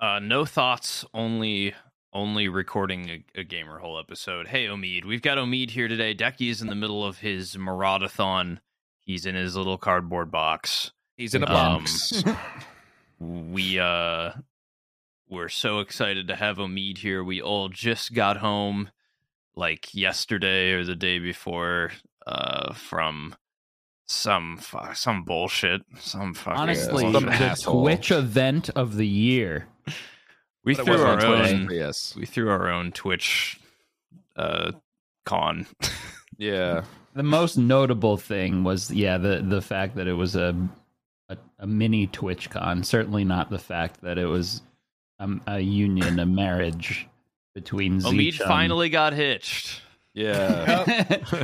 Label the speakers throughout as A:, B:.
A: Uh, no thoughts, only only recording a, a gamer hole episode. Hey, Omid, we've got Omid here today. Decky is in the middle of his Maraudathon. He's in his little cardboard box.
B: He's in a
A: Um,
B: box.
A: We uh, we're so excited to have Omid here. We all just got home, like yesterday or the day before, uh, from some fu- some bullshit, some fucking
C: Honestly,
B: Yeah,
C: the
B: some asshole.
C: Twitch event of the year.
A: we
B: But it
A: threw
B: wasn't
A: our
B: on Twitch,
A: own
B: but Yes.
A: we threw our own Twitch uh con.
B: Yeah.
C: The most notable thing was, yeah, the the fact that it was a a, a mini TwitchCon. Certainly not the fact that it was um, a union, a marriage between.
A: Omid
C: Z-Chum.
A: finally got hitched.
B: Yeah.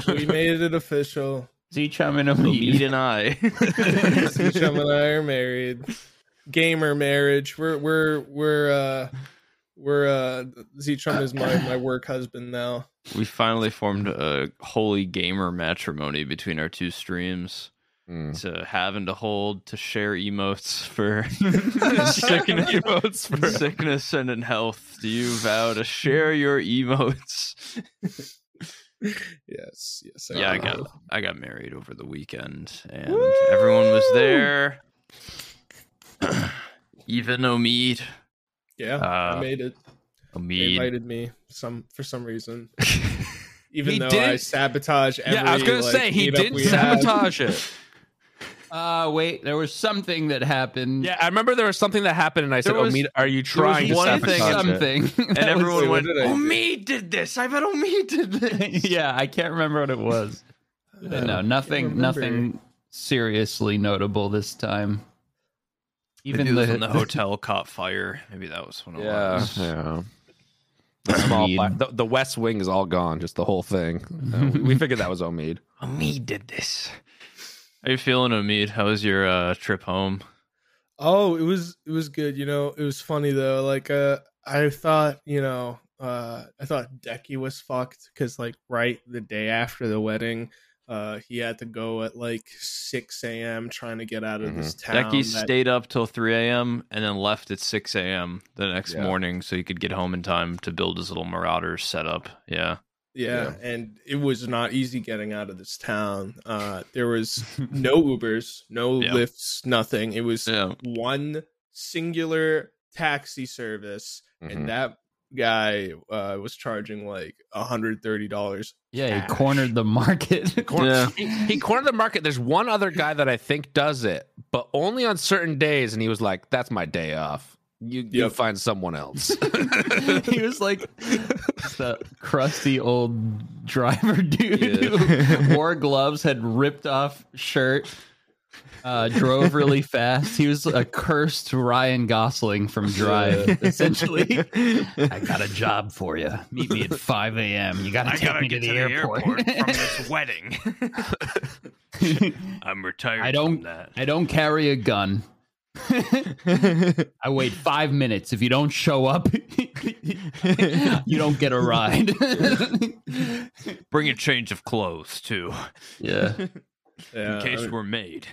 D: we made it official.
C: Z-Chum and
A: Omid
C: Omid.
A: and I.
D: Seachum and I are married. Gamer marriage. We're we're we're uh we're uh Zeechum is my my work husband now.
A: we finally formed a holy gamer matrimony between our two streams
B: Mm.
A: to have and to hold to share emotes for
B: Second
A: sickness,
B: emotes for
A: sickness and in health. Do you vow to share your emotes?
D: Yes, yes.
A: Yeah, I
D: do.
A: got I got married over the weekend, and everyone was there. Even Omid,
D: Yeah,
A: Uh,
D: I made it. They
A: Omid,
D: invited me some for some reason.
B: He
D: Even though I
B: didn't-
D: sabotage every
B: Yeah, I was gonna
D: like,
B: say he
D: meetup
B: did
D: we had.
B: sabotage it.
C: Uh, wait, there was something that happened.
B: Yeah, I remember there was something that happened, and I said,
A: There was-
B: "Omid, are you trying to
A: one
B: sabotage
A: thing-
B: it?"
C: something.
A: and everyone
D: Wait, what
A: went.
D: did I do?
A: Omid did this. I bet Omid did this.
C: yeah, I can't remember what it was. But no, nothing,
D: remember.
C: nothing seriously notable this time.
A: Even
C: Even
A: Maybe it was
C: the,
A: when the hotel caught fire. Maybe that was when it
B: Yeah,
A: was.
B: yeah. The, small
C: Omid.
B: fi- the, the West Wing is all gone, just the whole thing. Uh, we, we figured that was Omid.
A: Omid did this. How you feeling, Omid? How was your uh, trip home?
D: Oh, it was it was good. You know, it was funny though. Like, uh, I thought you know, uh, I thought Decky was fucked because like right the day after the wedding, uh, he had to go at like six a.m. trying to get out of this town.
A: Decky
D: that-
A: stayed up till 3 a.m. and then left at 6 a.m. the next
B: Yeah.
A: morning so he could get home in time to build his little marauder setup. Yeah.
D: yeah, and it was not easy getting out of this town. Uh, there was no Ubers, no
A: Yeah.
D: lifts, nothing. It was
A: Yeah.
D: one singular taxi service,
B: Mhm.
D: and that guy uh, was charging like hundred thirty dollars
C: yeah, he
D: Cash.
C: cornered the market.
A: Yeah.
B: He, he cornered the market. There's one other guy that I think does it, but only on certain days. And he was like, "That's my day off. You you
D: Yep.
B: find someone else."
C: he was like the crusty old driver dude
B: Yeah.
C: who wore gloves, had ripped off shirt, uh, drove really fast. He was a cursed Ryan Gosling from Drive, essentially. I got a job for you. Meet me at 5 a.m. You got to take me to the airport.
A: this wedding. I'm retired.
C: I don't- from
A: that.
C: I don't carry a gun. I wait five minutes. If you don't show up, you don't get a ride.
A: Bring a change of clothes too,
C: yeah.
D: Yeah,
A: in case
D: I mean,
A: we're made.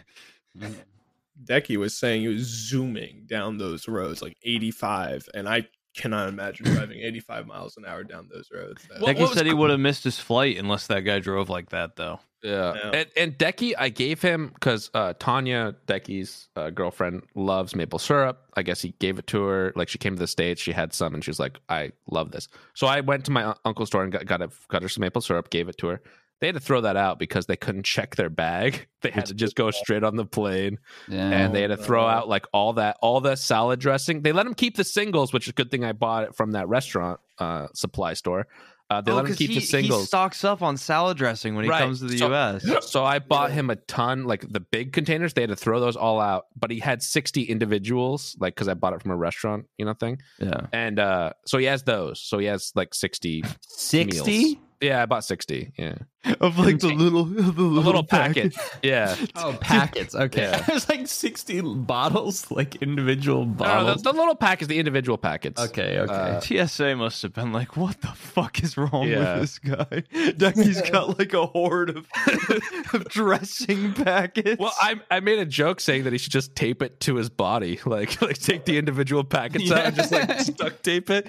D: Decky was saying he was zooming down those roads like 85, and I cannot imagine driving 85 miles an hour down those roads. That-
B: Well,
A: Decky
B: what was
A: said he
B: cool-
A: would have missed his flight unless that guy drove like that, though.
B: Yeah.
D: Yeah.
B: And, and Decky, I gave him because uh, Tanya, Decky's uh, girlfriend, loves maple syrup. I guess he gave it to her. Like she came to the States, she had some and she was like, I love this. So I went to my un- uncle's store and got, got, a, got her some maple syrup, gave it to her. They had to throw that out because they couldn't check their bag. They had to just go straight on the plane and they had to throw
D: no.
B: out like all that all the salad dressing. They let them keep the singles, which is a good thing I bought it from that restaurant uh, supply store. Uh,
A: Oh,
B: they let them keep the singles.
A: stocks up on salad dressing when
B: he Right. comes to the So-
A: U.S.
B: So I bought him a ton, like the big containers. They had to throw those all out, but he had 60 individuals, like because I bought it from a restaurant, you know, thing.
A: Yeah.
B: And uh, so he has those. So he has like 60.
C: 60?
B: meals. Yeah, I bought 60. Yeah.
A: of like the little the little,
B: A little packet. Yeah.
C: Oh, packets. Okay.
B: Yeah.
C: There's like 60 bottles, like individual
B: No, no,
C: bottles.
B: the, the little pack is the individual packets.
C: okay, okay.
B: Uh,
A: TSA must have been like, "What the fuck is wrong
B: Yeah.
A: with this guy? Ducky's got like a horde of, of dressing packets."
B: Well, I I made a joke saying that he should just tape it to his body, like like take the individual packets out and just like duct tape it.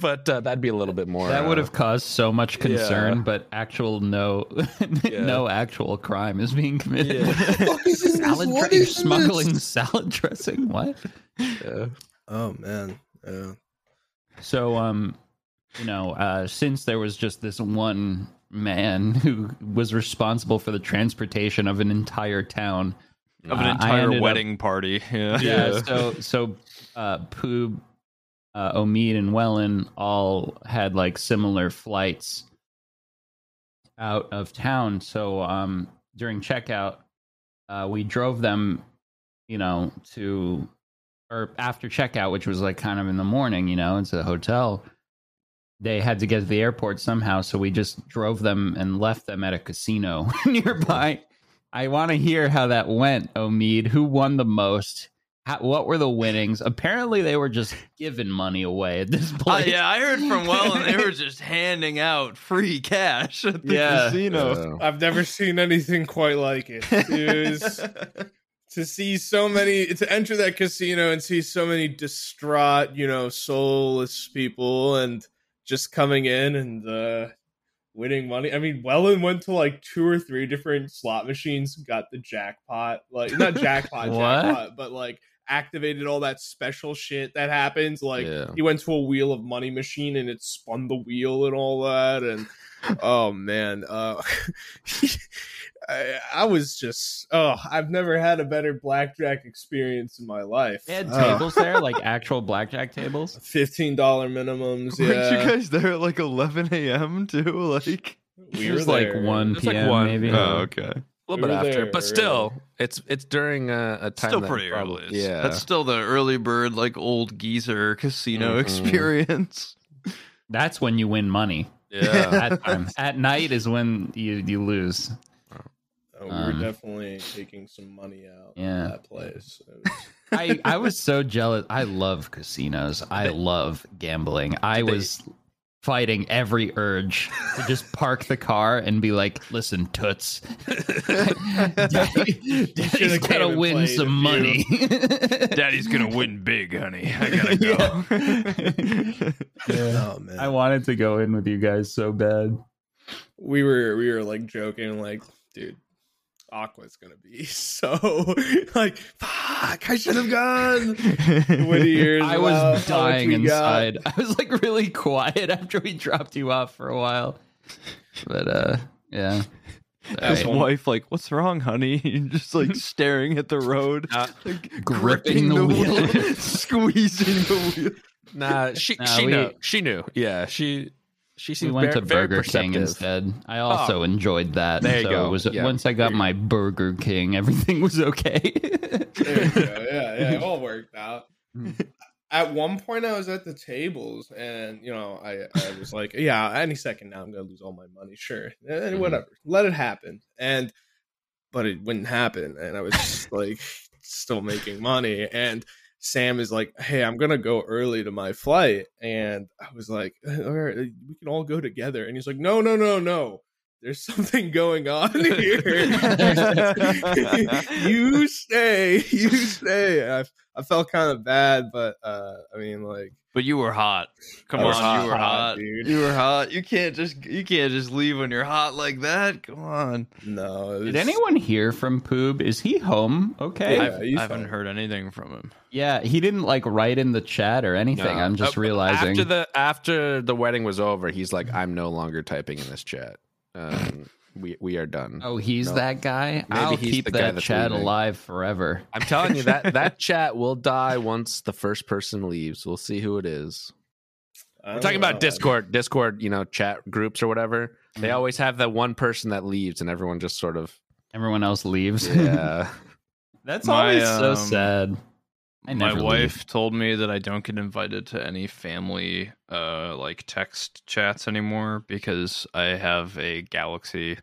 B: But uh, that'd be a little bit more. uh,
C: that would have caused so much concern,
B: Yeah.
C: but actual no, no actual crime is being committed.
B: Yeah.
D: What is in this?
C: Salad
D: What
C: dressing,
D: is in this?
C: smuggling salad dressing. What?
B: uh,
D: Oh man. Yeah.
C: So, um, you know, uh, since there was just this one man who was responsible for the transportation of an entire town,
A: of an
C: Uh, I
A: entire
C: ended up-
A: wedding party. Yeah.
C: yeah.
B: Yeah.
C: So so uh, Poob, uh, Omid, and Wellen all had like similar flights out of town. So um, during checkout, uh, we drove them, you know, to or after checkout, which was like kind of in the morning, you know, into the hotel. They had to get to the airport somehow, so we just drove them and left them at a casino nearby. I want to hear how that went, Omid. Who won the most? How, what were the winnings? Apparently, they were just giving money away at this
A: Uh,
C: point.
A: yeah, I heard from Well, and they were just handing out free cash at the
C: Yeah.
A: casino.
B: uh,
D: I've never seen anything quite like it. It was- to see so many to enter that casino and see so many distraught you know soulless people and just coming in and uh winning money i mean welland went to like two or three different slot machines got the jackpot like not jackpot
C: What?
D: jackpot but like activated all that special shit that happens like
B: Yeah.
D: he went to a wheel of money machine and it spun the wheel and all that and oh man uh I, I was just oh i've never had a better blackjack experience in my life
C: They had
D: Oh.
C: tables there, like actual blackjack tables.
D: $15
A: Weren't
D: minimums
A: you
D: yeah
A: guys there at like 11 a.m. too? Like,
D: we
C: it
D: were
C: was like
D: there.
C: one
B: It's like
C: p.m.
B: one.
C: maybe.
B: Yeah.
A: oh, okay.
B: a little
D: We
B: bit
D: were
B: after,
D: there,
B: but
D: we were
B: still, it's it's during a, a time
A: Still
B: that
A: pretty
B: probably-
A: early.
B: Yeah,
A: That's still the early bird, like old geezer casino
B: Mhm.
A: experience.
C: That's when you win money.
B: yeah.
C: At, time. at night is when you you lose.
D: Oh, we were
C: Um,
D: definitely taking some money out
C: Yeah.
D: of that place It was-
C: I, I was so jealous. I love casinos. I love gambling. I was fighting every urge to just park the car and be like, listen, Toots, Daddy, Daddy's
D: should've
C: got to
D: came and
C: win
D: played a
C: some
D: few.
C: money.
A: Daddy's gonna win big, honey. I
C: Yeah.
D: oh man
C: I wanted to go in with you guys so bad.
D: we were we were like joking like dude aqua's gonna be so like fuck i should have gone Woody years
C: I was
D: wow, how much
C: dying
D: we
C: inside. I was like really quiet after we dropped you off for a while. But uh yeah.
A: His
C: Sorry.
A: wife, like, what's wrong, honey? And just like staring at the road,
B: Uh,
A: like,
C: gripping the wheel.
A: squeezing the wheel.
B: nah, she
C: Nah,
B: she
C: we-
B: knew she knew. Yeah, she she
C: We
B: seemed
C: went
B: very,
C: to
B: very
C: Burger King
B: perceptive. Ah.
C: instead. I also enjoyed that.
B: There you
C: so
B: go.
C: It was,
B: Yeah.
C: Once I got my Burger King, everything was okay.
D: got. There you go. yeah yeah it all worked out
C: Hmm.
D: at one point i was at the tables and you know i i was like yeah any second now i'm gonna lose all my money sure and
B: Mhm.
C: Hmm.
D: whatever let it happen and but it wouldn't happen and i was just like still making money and Sam is like, "Hey, I'm gonna go early to my flight," and I was like, "All right, uh, we can all go together." And he's like, "No, no, no, no. There's something going on here. you stay, you stay." And I I felt kind of bad, but uh, I mean, like,
A: But you were hot. Come
D: I
A: on,
D: was
A: you were hot.
D: dude.
A: You were hot. You can't just you can't just leave when you're hot like that. Come on.
D: No, it was-
C: Did anyone hear from Poob? Is he home? Okay.
D: Yeah.
A: I've,
D: he's
A: I haven't
D: fine.
A: heard anything from him.
C: Yeah, he didn't like write in the chat or anything.
B: No.
C: I'm just
B: Uh,
C: realizing.
B: after the after the wedding was over, he's like, "I'm no longer typing in this chat. Um, we we are done."
C: oh, he's
B: No.
C: that guy.
B: Maybe
C: I'll
B: he's
C: keep
B: the guy
C: that
B: that's
C: chat
B: leaving.
C: alive forever.
B: I'm telling you that that chat will die once the first person leaves. We'll see who it is.
D: I
B: We're
D: don't
B: talking
D: know.
B: about Discord, Discord, you know, chat groups or whatever. They
C: Mhm.
B: always have that one person that leaves, and everyone just sort of
C: Everyone else leaves.
B: yeah.
C: That's
A: My,
C: always so
A: um,
C: sad. I
A: my
C: never
A: wife told me that I don't get invited to any family uh like text chats anymore because I have a Galaxy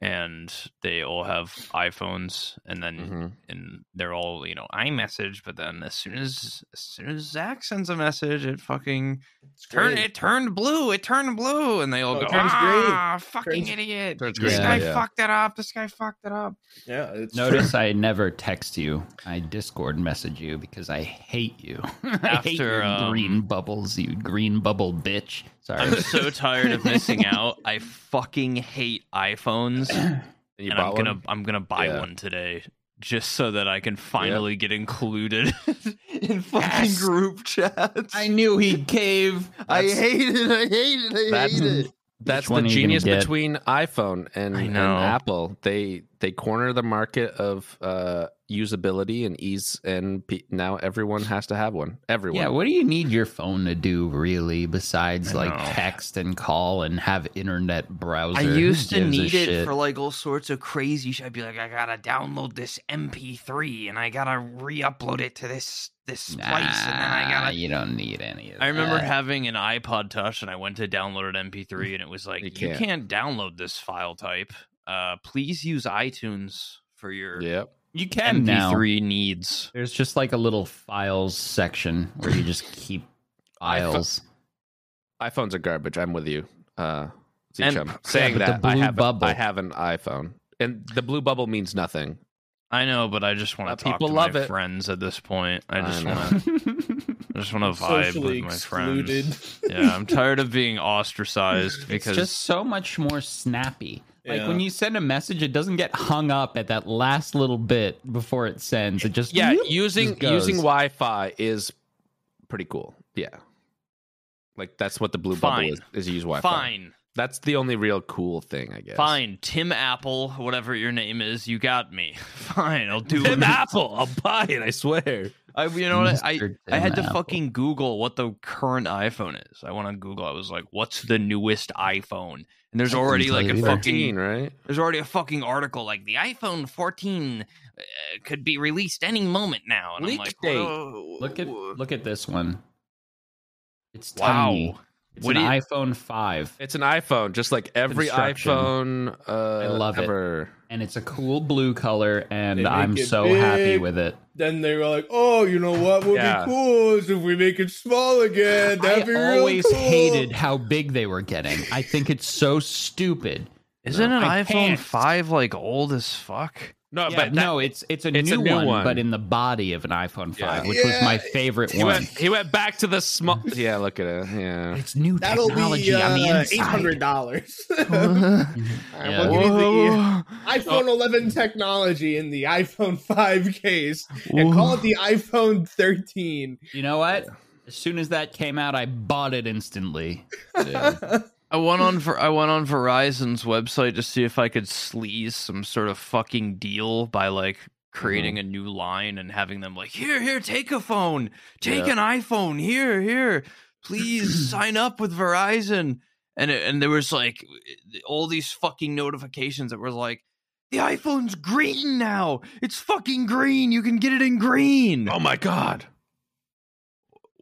A: and they all have iPhones and then
C: Mm-hmm.
B: Mhm.
A: and they're all, you know, iMessage, but then as soon as as soon as Zach sends a message, it fucking
D: It's
A: turn
D: great.
A: it turned blue, it turned blue and they all
D: Oh, it
A: go,
D: turns green.
A: "Ah, fucking
D: Turns-
A: idiot.
B: turns
A: This
C: green,
A: guy
B: Oh, yeah.
A: fucked it up. This guy fucked it up."
D: Yeah, it's
C: Notice I never text you. I Discord message you because I hate you. I hate
A: After,
C: your
A: um,
C: green bubbles, you green bubble bitch. Sorry.
A: I'm so tired of missing out. I fucking hate iPhones,
B: And you
A: and I'm
B: bought
A: gonna
B: one?
A: I'm gonna buy
B: Yeah.
A: one today just so that I can finally get included in fucking
C: Yes.
A: group chats.
C: I knew he'd cave.
A: I
C: That's-
A: hate it. I hate it. I
B: that's-
A: hate it.
B: That's
C: one
B: the
C: are you gonna
B: genius
C: get?
B: between iPhone and,
A: I
B: and
A: know.
B: Apple. They they corner the market of uh, usability and ease, and pe- now everyone has to have one. Everyone.
C: Yeah, what do you need your phone to do really besides
A: I
C: like
A: know.
C: text and call and have internet browser?
A: I used
C: Who
A: to
C: gives a
A: need it
C: shit?
A: for like all sorts of crazy shit. I'd be like, I gotta download this MP3 and I gotta re-upload it to this this
C: nah,
A: place, and then I gotta
C: you don't need any of that.
A: I remember having an iPod Touch and I went to download an MP3 and it was like, you
B: You
A: can't,
B: can't.
A: download this file type. Uh, please use iTunes for your
B: Yep.
C: you can now.
A: MP3 needs.
C: There's just like a little files section where you just keep files.
B: iPhones are garbage. I'm with you. Uh, Z
A: And-
B: Chum.
A: yeah,
B: saying
C: but the
B: that I
C: blue
B: have
C: bubble.
B: I have an iPhone, and the blue bubble means nothing.
A: I know, but I just
B: Uh,
A: want to talk
B: people
A: to
B: love
A: my
B: it.
A: friends at this point. I
B: I
A: just
B: know.
A: want to. I just want to vibe
D: socially
A: with my
D: excluded.
A: friends. Yeah, I'm tired of being ostracized
C: It's
A: because
C: just so much more snappy. Like
D: Yeah.
C: when you send a message, it doesn't get hung up at that last little bit before it sends. It just
B: Yeah,
C: whoop,
B: using
C: just goes.
B: using Wi-Fi is pretty cool. Yeah, like that's what the blue
A: Fine.
B: bubble is. Is you use Wi-Fi.
A: fine,
B: That's the only real cool thing, I guess.
A: fine, Tim Apple, whatever your name is, you got me. Fine, I'll do
B: Tim
A: it.
B: Apple, I'll buy it. I swear.
A: I, you know what? I,
C: Mr.
A: I had to
C: Tim Apple.
A: fucking Google what the current iPhone is. I went on Google. I was like, "What's the newest iPhone?" And there's
C: I couldn't
A: already
C: tell
A: like
C: you
A: a
C: either.
A: fucking
B: right?
A: there's already a fucking article like the iPhone 14 uh, could be released any moment now. And
B: Leak
A: I'm like,
B: date.
A: "Whoa."
C: Look at look at this one. It's
A: wow.
C: tiny. It's
A: What
C: an
A: do you-
C: iPhone five,
B: It's an iPhone, just like every
C: Construction.
B: iPhone. Uh,
C: I love it.
B: ever.
C: and it's a cool blue color,
D: They
C: and
D: make
C: I'm
D: it
C: so happy
D: big.
C: with it.
D: Then they were like, "Oh, you know what would
B: Yeah.
D: be cool is if we make it small again. That'd
C: I
D: be really
C: always
D: cool."
C: hated how big they were getting. I think it's so stupid.
A: Isn't an
C: I
A: iPhone
C: can't.
A: 5 like old as fuck?
B: No,
C: Yeah,
B: but
C: no, it's it's a,
B: it's
C: new, one, but in the body of an iPhone
B: Yeah.
C: five, which was my favorite
B: he
C: one.
B: went, he went back to the small. Yeah, look at it. Yeah.
C: It's new
D: That'll
C: technology
D: be
C: on the
D: uh, eight
C: inside.
D: hundred dollars.
C: Oh, Yeah.
D: Look at the iPhone 11 technology in the iPhone 5 case, and call it the iPhone 13.
C: You know what? As soon as that came out, I bought it instantly.
A: I went on for I went on Verizon's website to see if I could sleaze some sort of fucking deal by like creating a new line and having them like here here take a phone take
B: Yeah.
A: an iPhone here here please sign up with Verizon and it, and there was like all these fucking notifications that were like the iPhone's green now it's fucking green you can get it in green
B: Oh my god.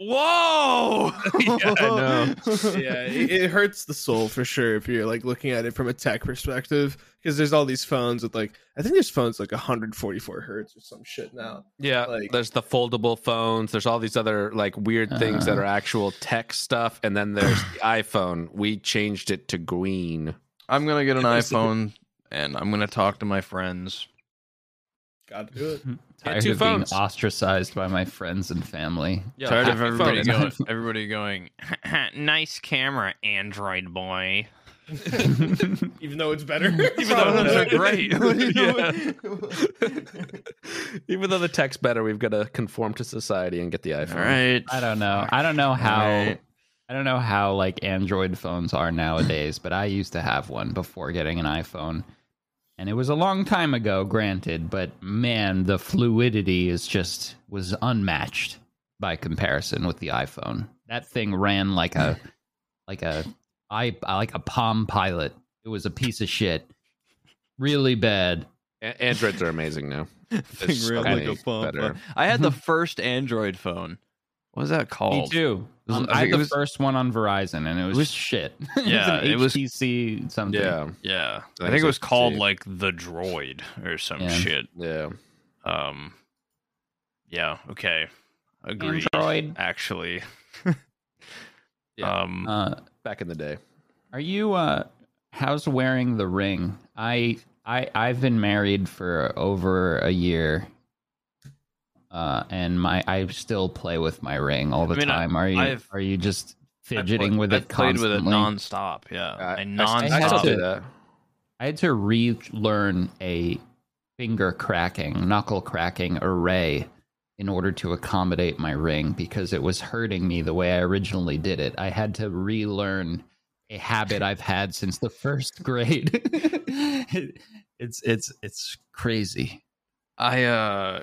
A: whoa
B: Yeah, I know.
D: yeah, it, it hurts the soul for sure if you're like looking at it from a tech perspective, because there's all these phones with like I think there's phones like 144 hertz or some shit now.
B: Yeah,
D: Like-
B: there's the foldable phones. There's all these other like weird things that
A: Uh-huh.
C: Uh.
B: are actual tech stuff, and then there's the iPhone. We changed it to green.
A: I'm gonna get an
D: Yes.
A: iPhone and I'm gonna talk to my friends.
D: Got to do it.
C: Tired
B: two
C: of
B: phones.
C: being ostracized by my friends and family.
A: Tired of
B: happy
A: everybody
B: phone.
A: going, everybody going. nice camera, Android boy.
D: Even though it's better.
A: Even though those are great.
B: Even though the tech's better, we've got to conform to society and get the iPhone.
A: All right.
C: I don't know. I don't know how.
A: Alright.
C: I don't know how like Android phones are nowadays, but I used to have one before getting an iPhone. And it was a long time ago, granted, but man, the fluidity is just was unmatched by comparison with the iPhone. That thing ran like a like a I like a Palm Pilot. It was a piece of shit. Really bad.
B: A- Androids are amazing now.
A: Thing
B: so
A: really
B: many
A: go bump.
B: better.
A: I had the first Android phone. What was that called?
C: Me too.
A: It was-
C: Um,
A: I think
C: I had
A: it
C: the
A: was-
C: first one on Verizon, and it was,
A: was-
C: shit.
A: Yeah, it
C: it
A: was-
C: was an HTC something.
B: Yeah,
A: Yeah,
B: I
A: I think it was
B: see.
A: called like the Droid or some
C: Yeah.
A: shit.
B: yeah.
A: Um, yeah. Okay. Agreed.
C: Android.
A: Actually.
B: Yeah.
A: Um.
C: Uh,
B: Back in the day,
C: are you? Uh, how's wearing the ring? I I I've been married for over a year. Uh, and my I still play with my ring all the
A: mean, I-
C: time. are you
A: I've-
C: are you just
A: I
C: fidgeting
A: played-
C: with
A: I
C: it
A: played
C: constantly?
A: with it nonstop. Yeah. I, nonstop.
B: I still
C: had
B: do
C: to-
B: that.
C: I had to relearn a finger cracking, knuckle cracking array in order to accommodate my ring because it was hurting me the way I originally did it. I had to relearn a habit I've had since the first grade. it's it's it's crazy.
A: I uh.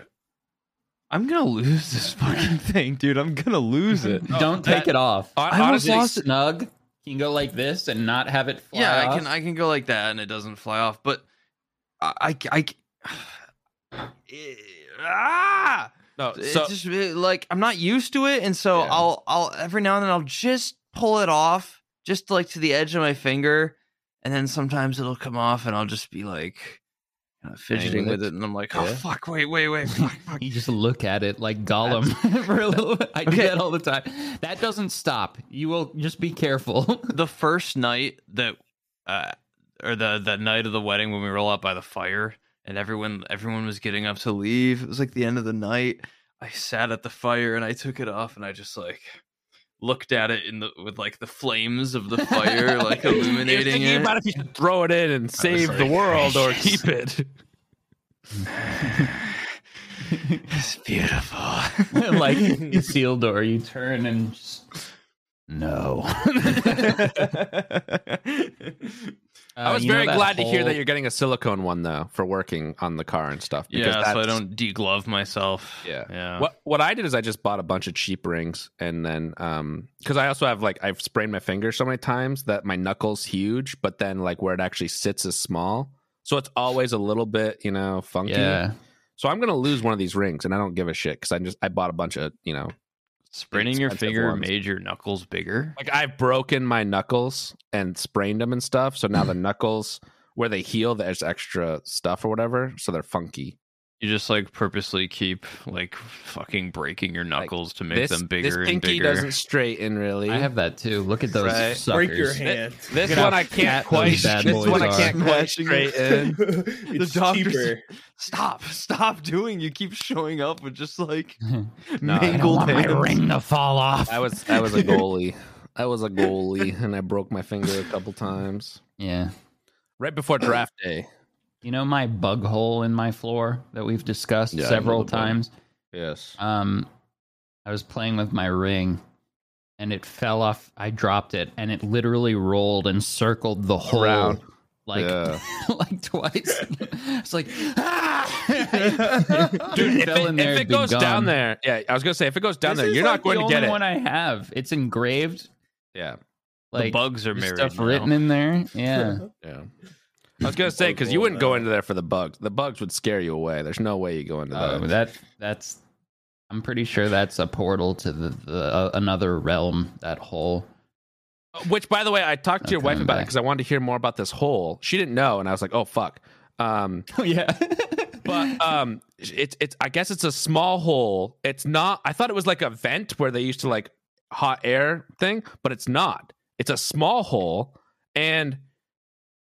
A: I'm gonna lose this fucking thing, dude. I'm gonna lose it. Oh,
C: Don't take
B: that-
C: it off.
B: Hon-
A: I almost
C: Is
B: honestly,
A: lost-
C: it snug? You can go like this and not have it fly
A: yeah, I
C: off?
A: can I can go like that and it doesn't fly off. But I I, I- ah,
B: no.
A: It's
B: So
A: just it- like I'm not used to it, and so
B: Yeah.
A: I'll I'll every now and then I'll just pull it off, just like to the edge of my finger, and then sometimes it'll come off, and I'll just be like kind of fidgeting
B: with
A: with it, and I'm like, oh
B: Yeah.
A: fuck, wait, wait, wait, fuck, fuck.
C: You just look at it like Gollum for a little. bit. I do
A: Okay.
C: that all the time. That doesn't stop. You will just be careful.
A: the first night that uh or the the night of the wedding when we roll out by the fire and everyone everyone was getting up to leave it was like the end of the night i sat at the fire and i took it off and i just like looked at it in the with like the flames of the fire like
C: You're
B: you're
A: illuminating
B: thinking
A: it
B: about if you should throw it in and save the
A: like,
B: world or keep it.
A: it's beautiful
C: like Isildur, you turn and just no. Uh,
A: Uh,
B: I was very glad to hear that you're getting a silicone one though for working on the car and stuff.
A: yeah so i
B: that's-
A: don't deglove myself
B: Yeah.
A: yeah
B: What what I did is I just bought a bunch of cheap rings and then um because I also have like I've sprained my finger so many times that my knuckles huge, but then like where it actually sits is small, so it's always a little bit you know funky.
C: Yeah,
B: So I'm gonna lose one of these rings, and I don't give a shit because I just I bought a bunch of you know
A: spraining your
B: Expensive
A: finger
B: ones.
A: made your knuckles bigger
B: like I've broken my knuckles and sprained them and stuff. So now the knuckles where they heal, there's extra stuff or whatever, so they're funky.
A: You just like purposely keep like fucking breaking your knuckles to make
B: this
A: them
B: this
A: bigger and
B: pinky
A: bigger.
B: doesn't straighten really.
C: I have that too. Look at those
B: Right.
C: suckers.
D: Break your hand.
B: This
C: Look at
B: one
C: how
B: I can't
C: fat
B: quite.
C: those bad
B: This
C: boys
B: one I
C: are.
B: can't quite
A: Smashing.
B: straighten.
D: it's
A: doctor's-
D: cheaper.
A: Stop! Stop doing. You keep showing up with just like
B: No, I don't
C: I don't
A: mangled
C: want my
A: hands.
C: ring to fall off.
B: I was I was a goalie. I was a goalie, and I broke my finger a couple times
C: yeah,
B: right before draft day.
C: you know my bug hole in my floor that we've discussed
B: Yeah, I know
C: several
B: the bug.
C: times.
B: Yes.
C: um i was playing with my ring and it fell off i dropped it and it literally rolled and circled the whole
B: Around.
C: like
B: Yeah.
C: like twice it's like ah!
B: Dude, if
C: fell
B: it,
C: in
B: if
C: there,
B: it
C: it'd be
B: goes down
C: gone.
B: there, yeah, I was gonna say if it goes down
C: This
B: there,
C: is,
B: you're
C: like,
B: not going
C: the
B: to get
C: only
B: it.
C: one i have it's engraved
B: yeah,
A: the
C: like
A: bugs are married.
C: there's stuff
A: now.
C: written in there yeah
B: yeah. I was gonna say
C: Oh,
B: because you wouldn't go into there for the bugs. The bugs would scare you away. There's no way you go into
C: Oh,
B: that.
C: that that's i'm pretty sure that's a portal to the, the uh, another realm that hole
B: Which, by the way, I talked to your
C: Okay,
B: wife
C: I'm
B: about it
C: back.
B: because I wanted to hear more about this hole. She didn't know, and I was like, "Oh fuck." Um,
C: oh yeah
B: but um it's it's i guess it's a small hole it's not i thought it was like a vent where they used to like hot air thing but it's not it's a small hole and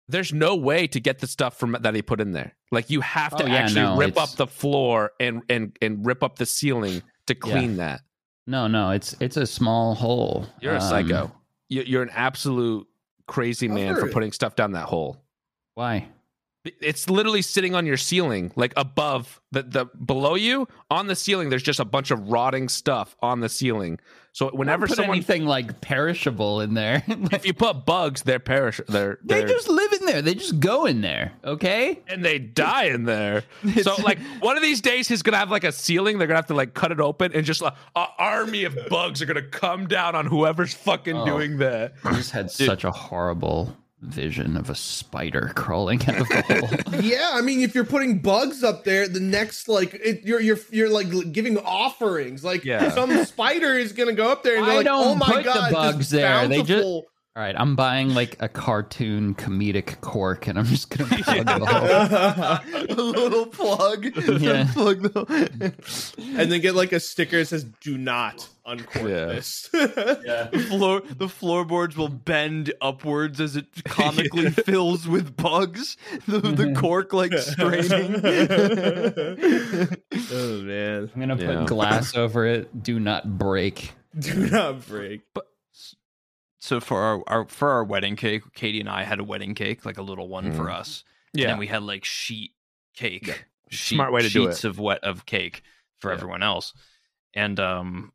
B: there's no way to get the stuff from that he put in there like you have to
C: Oh, yeah,
B: actually
C: no,
B: rip
C: it's-
B: up the floor and and and rip up the ceiling to clean that
C: No, no, it's it's a small hole.
B: you're a
C: Um,
B: psycho You- you're an absolute crazy man for
D: Covered.
B: putting stuff down that hole
C: Why?
B: it's literally sitting on your ceiling like above the, the below you on the ceiling there's just a bunch of rotting stuff on the ceiling so whenever
C: Never put
B: someone
C: anything like perishable in there. Like,
B: if you put bugs they're perish they're,
C: they
B: they're
C: just live in there. They just go in there. Okay.
B: and they die in there so like one of these days he's gonna have like a ceiling they're gonna have to like cut it open and just like an army of bugs are gonna come down on whoever's fucking
C: Oh.
B: doing that
C: I just had such a horrible vision of a spider crawling out of the hole.
D: yeah, I mean, if you're putting bugs up there, the next like it, you're you're you're like giving offerings. Like
B: Yeah.
D: some spider is gonna go up there and go
C: I
D: like,
C: don't
D: "Oh my
C: put the
D: god, this
C: bugs there. They just-
D: bountiful-
C: All right, I'm buying like a cartoon comedic cork, and I'm just gonna plug it all.
E: a little plug.
C: Yeah.
E: plug the-
D: and then get like a sticker that says "Do not uncork
B: Yeah.
D: this."
A: Floor the floorboards will bend upwards as it comically fills with bugs. The, the cork like straining.
D: oh man,
C: I'm gonna put
B: Yeah.
C: glass over it. Do not break.
D: do not break.
A: so for our, our for our wedding cake, Katie and I had a wedding cake, like a little one for
C: Mm.
A: us. And then we had like sheet cake. Sheet,
B: Smart way to do
A: sheets of wet of cake for
B: Yeah.
A: everyone else. And um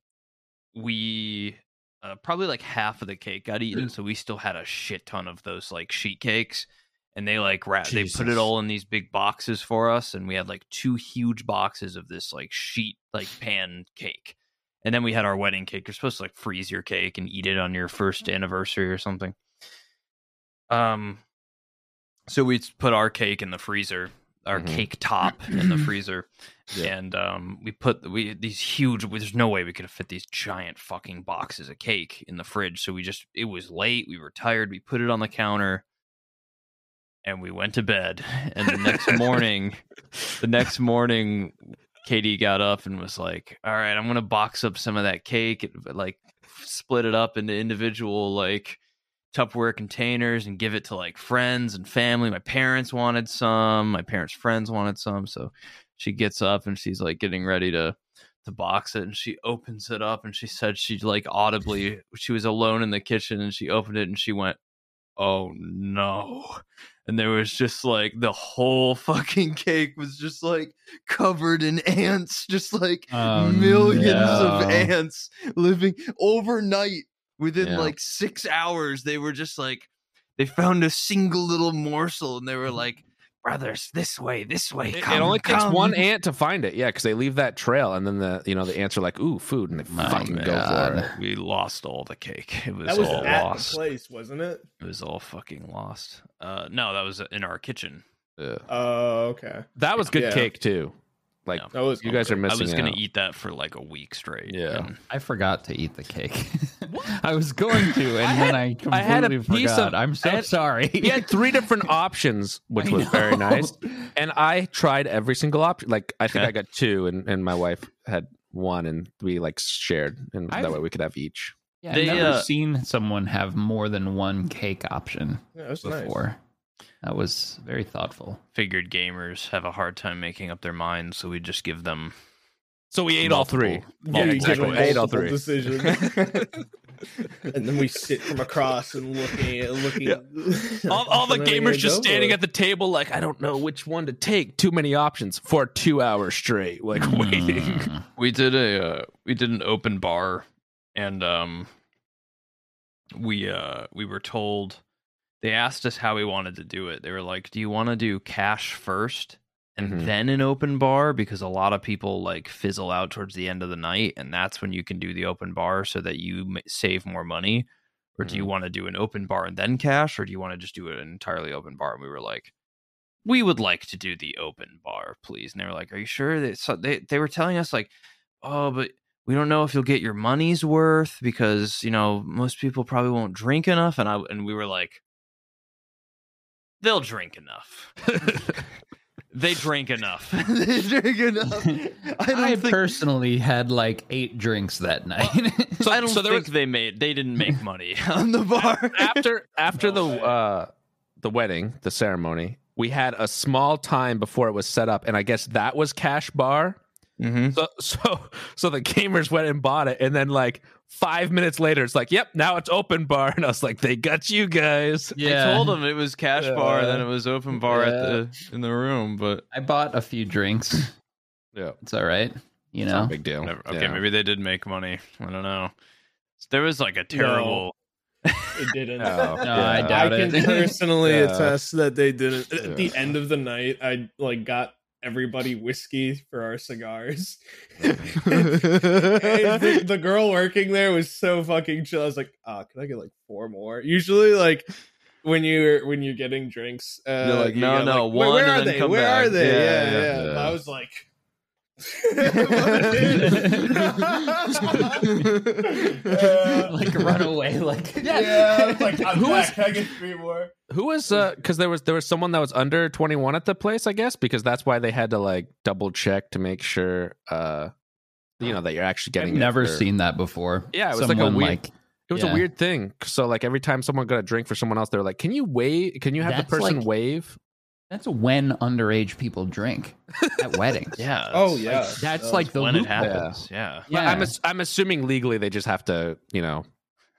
A: we uh, probably like half of the cake got eaten,
B: Mm.
A: so we still had a shit ton of those like sheet cakes. And they like ra- they put it
B: Jesus.
A: all in these big boxes for us, and we had like two huge boxes of this like sheet like pan cake. And then we had our wedding cake. You're supposed to like freeze your cake and eat it on your first anniversary or something. Um, so we put our cake in the freezer, our
B: Mhm.
A: cake top in the freezer,
B: Yeah.
A: and um, we put we these huge. There's no way we could have fit these giant fucking boxes of cake in the fridge. So we just it was late. We were tired. We put it on the counter, and we went to bed. And the next morning, the next morning, Katie got up and was like, "All right, I'm gonna box up some of that cake, and, like split it up into individual like Tupperware containers and give it to like friends and family. My parents wanted some. My parents' friends wanted some. So she gets up and she's like getting ready to to box it and she opens it up and she said she like audibly she was alone in the kitchen and she opened it and she went, "Oh no." And there was just like the whole fucking cake was just like covered in ants, just like
C: Oh,
B: Um,
A: millions of
C: no.
A: ants living overnight within
B: Yeah.
A: like six hours they were just like they found a single little morsel and they were like brothers this way this way
B: Mm-hmm. It, it
A: come,
B: only takes
A: come."
B: one ant to find it, yeah, because they leave that trail, and then the you know the ants are like, "Ooh, food," and they
C: My
B: fucking go
C: God.
B: for it.
A: we lost all the cake it was,
D: That was
A: all
D: at
A: lost
D: the place, wasn't it?
A: it was all fucking lost uh no that was in our kitchen
B: Yeah.
D: Oh, okay.
B: That was good
D: Yeah.
B: cake too. Like
A: Yeah.
D: That was
B: you guys are
A: i
B: missing.
A: was gonna
B: out.
A: eat that for like a week straight
B: Yeah.
A: and-
C: I forgot to eat the cake. I was going to, and
B: had-
C: then I completely
B: I had a piece of-
C: forgot. I'm so
B: I had-
C: sorry.
B: He had three different options, which
C: I
B: was very
C: know.
B: nice. And I tried every single option. Like I think
A: Okay.
B: I got two, and, and my wife had one, and we like shared, and
C: I've-
B: that way we could have each.
C: Yeah,
A: They,
C: I've never
A: uh,
C: seen someone have more than one cake option
D: Yeah, that was nice.
C: before. That was very thoughtful.
A: figured gamers have a hard time making up their minds so we just give them
B: So we ate
A: multiple-
B: all three.
D: Yeah,
A: multiple
B: exactly.
A: choice.
B: I ate all
D: Multiple
B: three.
D: decisions. and then we sit from across and looking, looking.
B: All, all the gamers just standing at the table, like I don't know which one to take. Too many options for two hours straight, like waiting.
C: Mm.
A: we did a uh, we did an open bar and um we uh we were told they asked us how we wanted to do it they were like do you want to do cash first and
B: Mhm.
A: then an open bar because a lot of people like fizzle out towards the end of the night and that's when you can do the open bar so that you m- save more money or do you want to do an open bar and then cash or do you want to just do an entirely open bar and we were like we would like to do the open bar please and they were like are you sure that so they, they were telling us like oh but we don't know if you'll get your money's worth because you know most people probably won't drink enough and i and we were like they'll drink enough they drink enough they drink enough i don't
C: I
A: think
C: personally had like eight drinks that night.
A: so i don't
B: so there
A: think
B: was-
A: they made they didn't make money on the bar
B: after after
D: No
B: the
D: way.
B: uh the wedding, the ceremony, we had a small time before it was set up, and I guess that was cash bar.
A: mm-hmm.
B: So so so the gamers went and bought it, and then like five minutes later, it's like, yep, now it's open bar, and I was like, they got you guys.
A: I told them it was cash bar, then it was open bar at the in the room, but
C: I bought a few drinks.
B: Yeah.
C: It's all right. You know,
B: big deal.
A: Never- okay, maybe they did make money. I don't know. There was like a terrible.
C: Oh,
D: It didn't.
B: No,
C: No, I
B: yeah.
C: doubt
D: I can
C: it.
D: personally
B: Yeah.
D: attest that they didn't. At the end of the night, I like got everybody whiskey for our cigars. And the, the girl working there was so fucking chill. I was like, ah, can I get like four more? Usually, like when you're when you're getting drinks. Uh,
E: They're like,
D: you
E: "No,
D: go
E: no,
D: "Wait,
E: one
D: Where
E: and
D: are
E: then
D: they?
E: come
D: Where
E: back."
D: are they?
E: Yeah,
D: Yeah,
B: yeah,
D: yeah.
B: yeah.
D: I was like,
C: like run away, like
D: yeah, I was like I'm
B: Who
D: back.
B: was-
D: Can I get three more?
B: Who was uh because there was there was someone that was under 21 at the place, I guess, because that's why they had to like double check to make sure uh you know that you're actually
C: I've
B: getting it
C: never
B: for-
C: seen that before.
B: Yeah, it was like a
C: Someone
B: weird- It was a
C: Yeah.
B: weird thing. So like every time someone got a drink for someone else, they were like, "Can you wave? Can you have
C: That's
B: the person
C: like-
B: wave?"
C: that's when underage people drink at weddings.
A: Yeah.
D: Oh
A: it's
D: yeah,
C: That's
D: Uh,
C: like the
A: when it
C: loophole.
A: happens. Yeah.
B: But
C: Yeah,
B: I'm ass- I'm assuming legally they just have to, you know.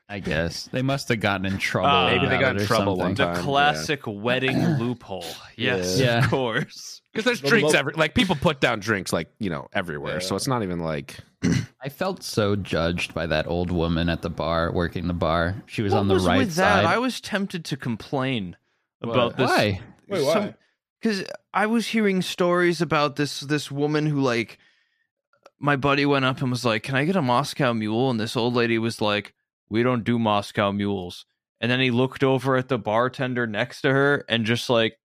C: I guess they must have gotten in trouble.
A: Ah,
C: about
A: maybe they
B: got in
C: it or
B: trouble
C: something.
B: one
A: The
B: time, yeah.
A: classic wedding loophole. Yes,
C: Yeah.
A: of course.
B: Because there's
D: The
B: drinks
D: mo-
B: every like people put down drinks like you know everywhere,
D: Yeah.
B: so it's not even like
C: I felt so judged by that old woman at the bar, working the bar. She was
A: What
C: on the
A: was
C: right
A: with that?
C: side.
A: I was tempted to complain
B: What?
A: about this.
C: Why?
D: Wait, why?
A: because I was hearing stories about this this woman who like my buddy went up and was like, "Can I get a Moscow Mule?" And this old lady was like, "We don't do Moscow Mules." And then he looked over at the bartender next to her and just like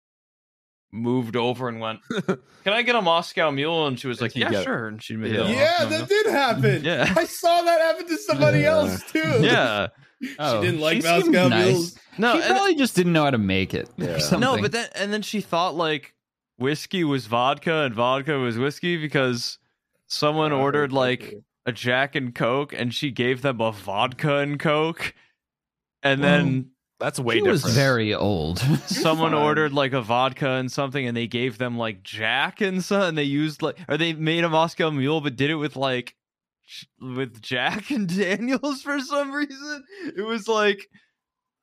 A: moved over and went, "Can I get a Moscow Mule?" And she was like,
B: He
A: "Yeah,
B: got-
A: sure." And she made
B: Yeah.
A: it.
D: yeah, that did happen.
A: Yeah.
D: I saw that happen to somebody
B: Yeah.
D: else too.
A: yeah,
C: Oh,
D: didn't like
C: she seemed
D: Moscow
C: nice.
D: mules.
A: no,
C: she
A: and-
C: probably just didn't know how to make it. or
B: Yeah.
C: something.
A: No, but then and then she thought like whiskey was vodka and vodka was whiskey because someone
D: Uh,
A: ordered like
D: okay.
A: a Jack and Coke and she gave them a vodka and Coke. And then
B: that's way
C: she
B: different.
C: was very old.
A: someone
D: fine.
A: ordered like a vodka and something and they gave them like Jack and so and they used like or they made a Moscow mule but did it with like j- with Jack and Daniels for some reason. It was like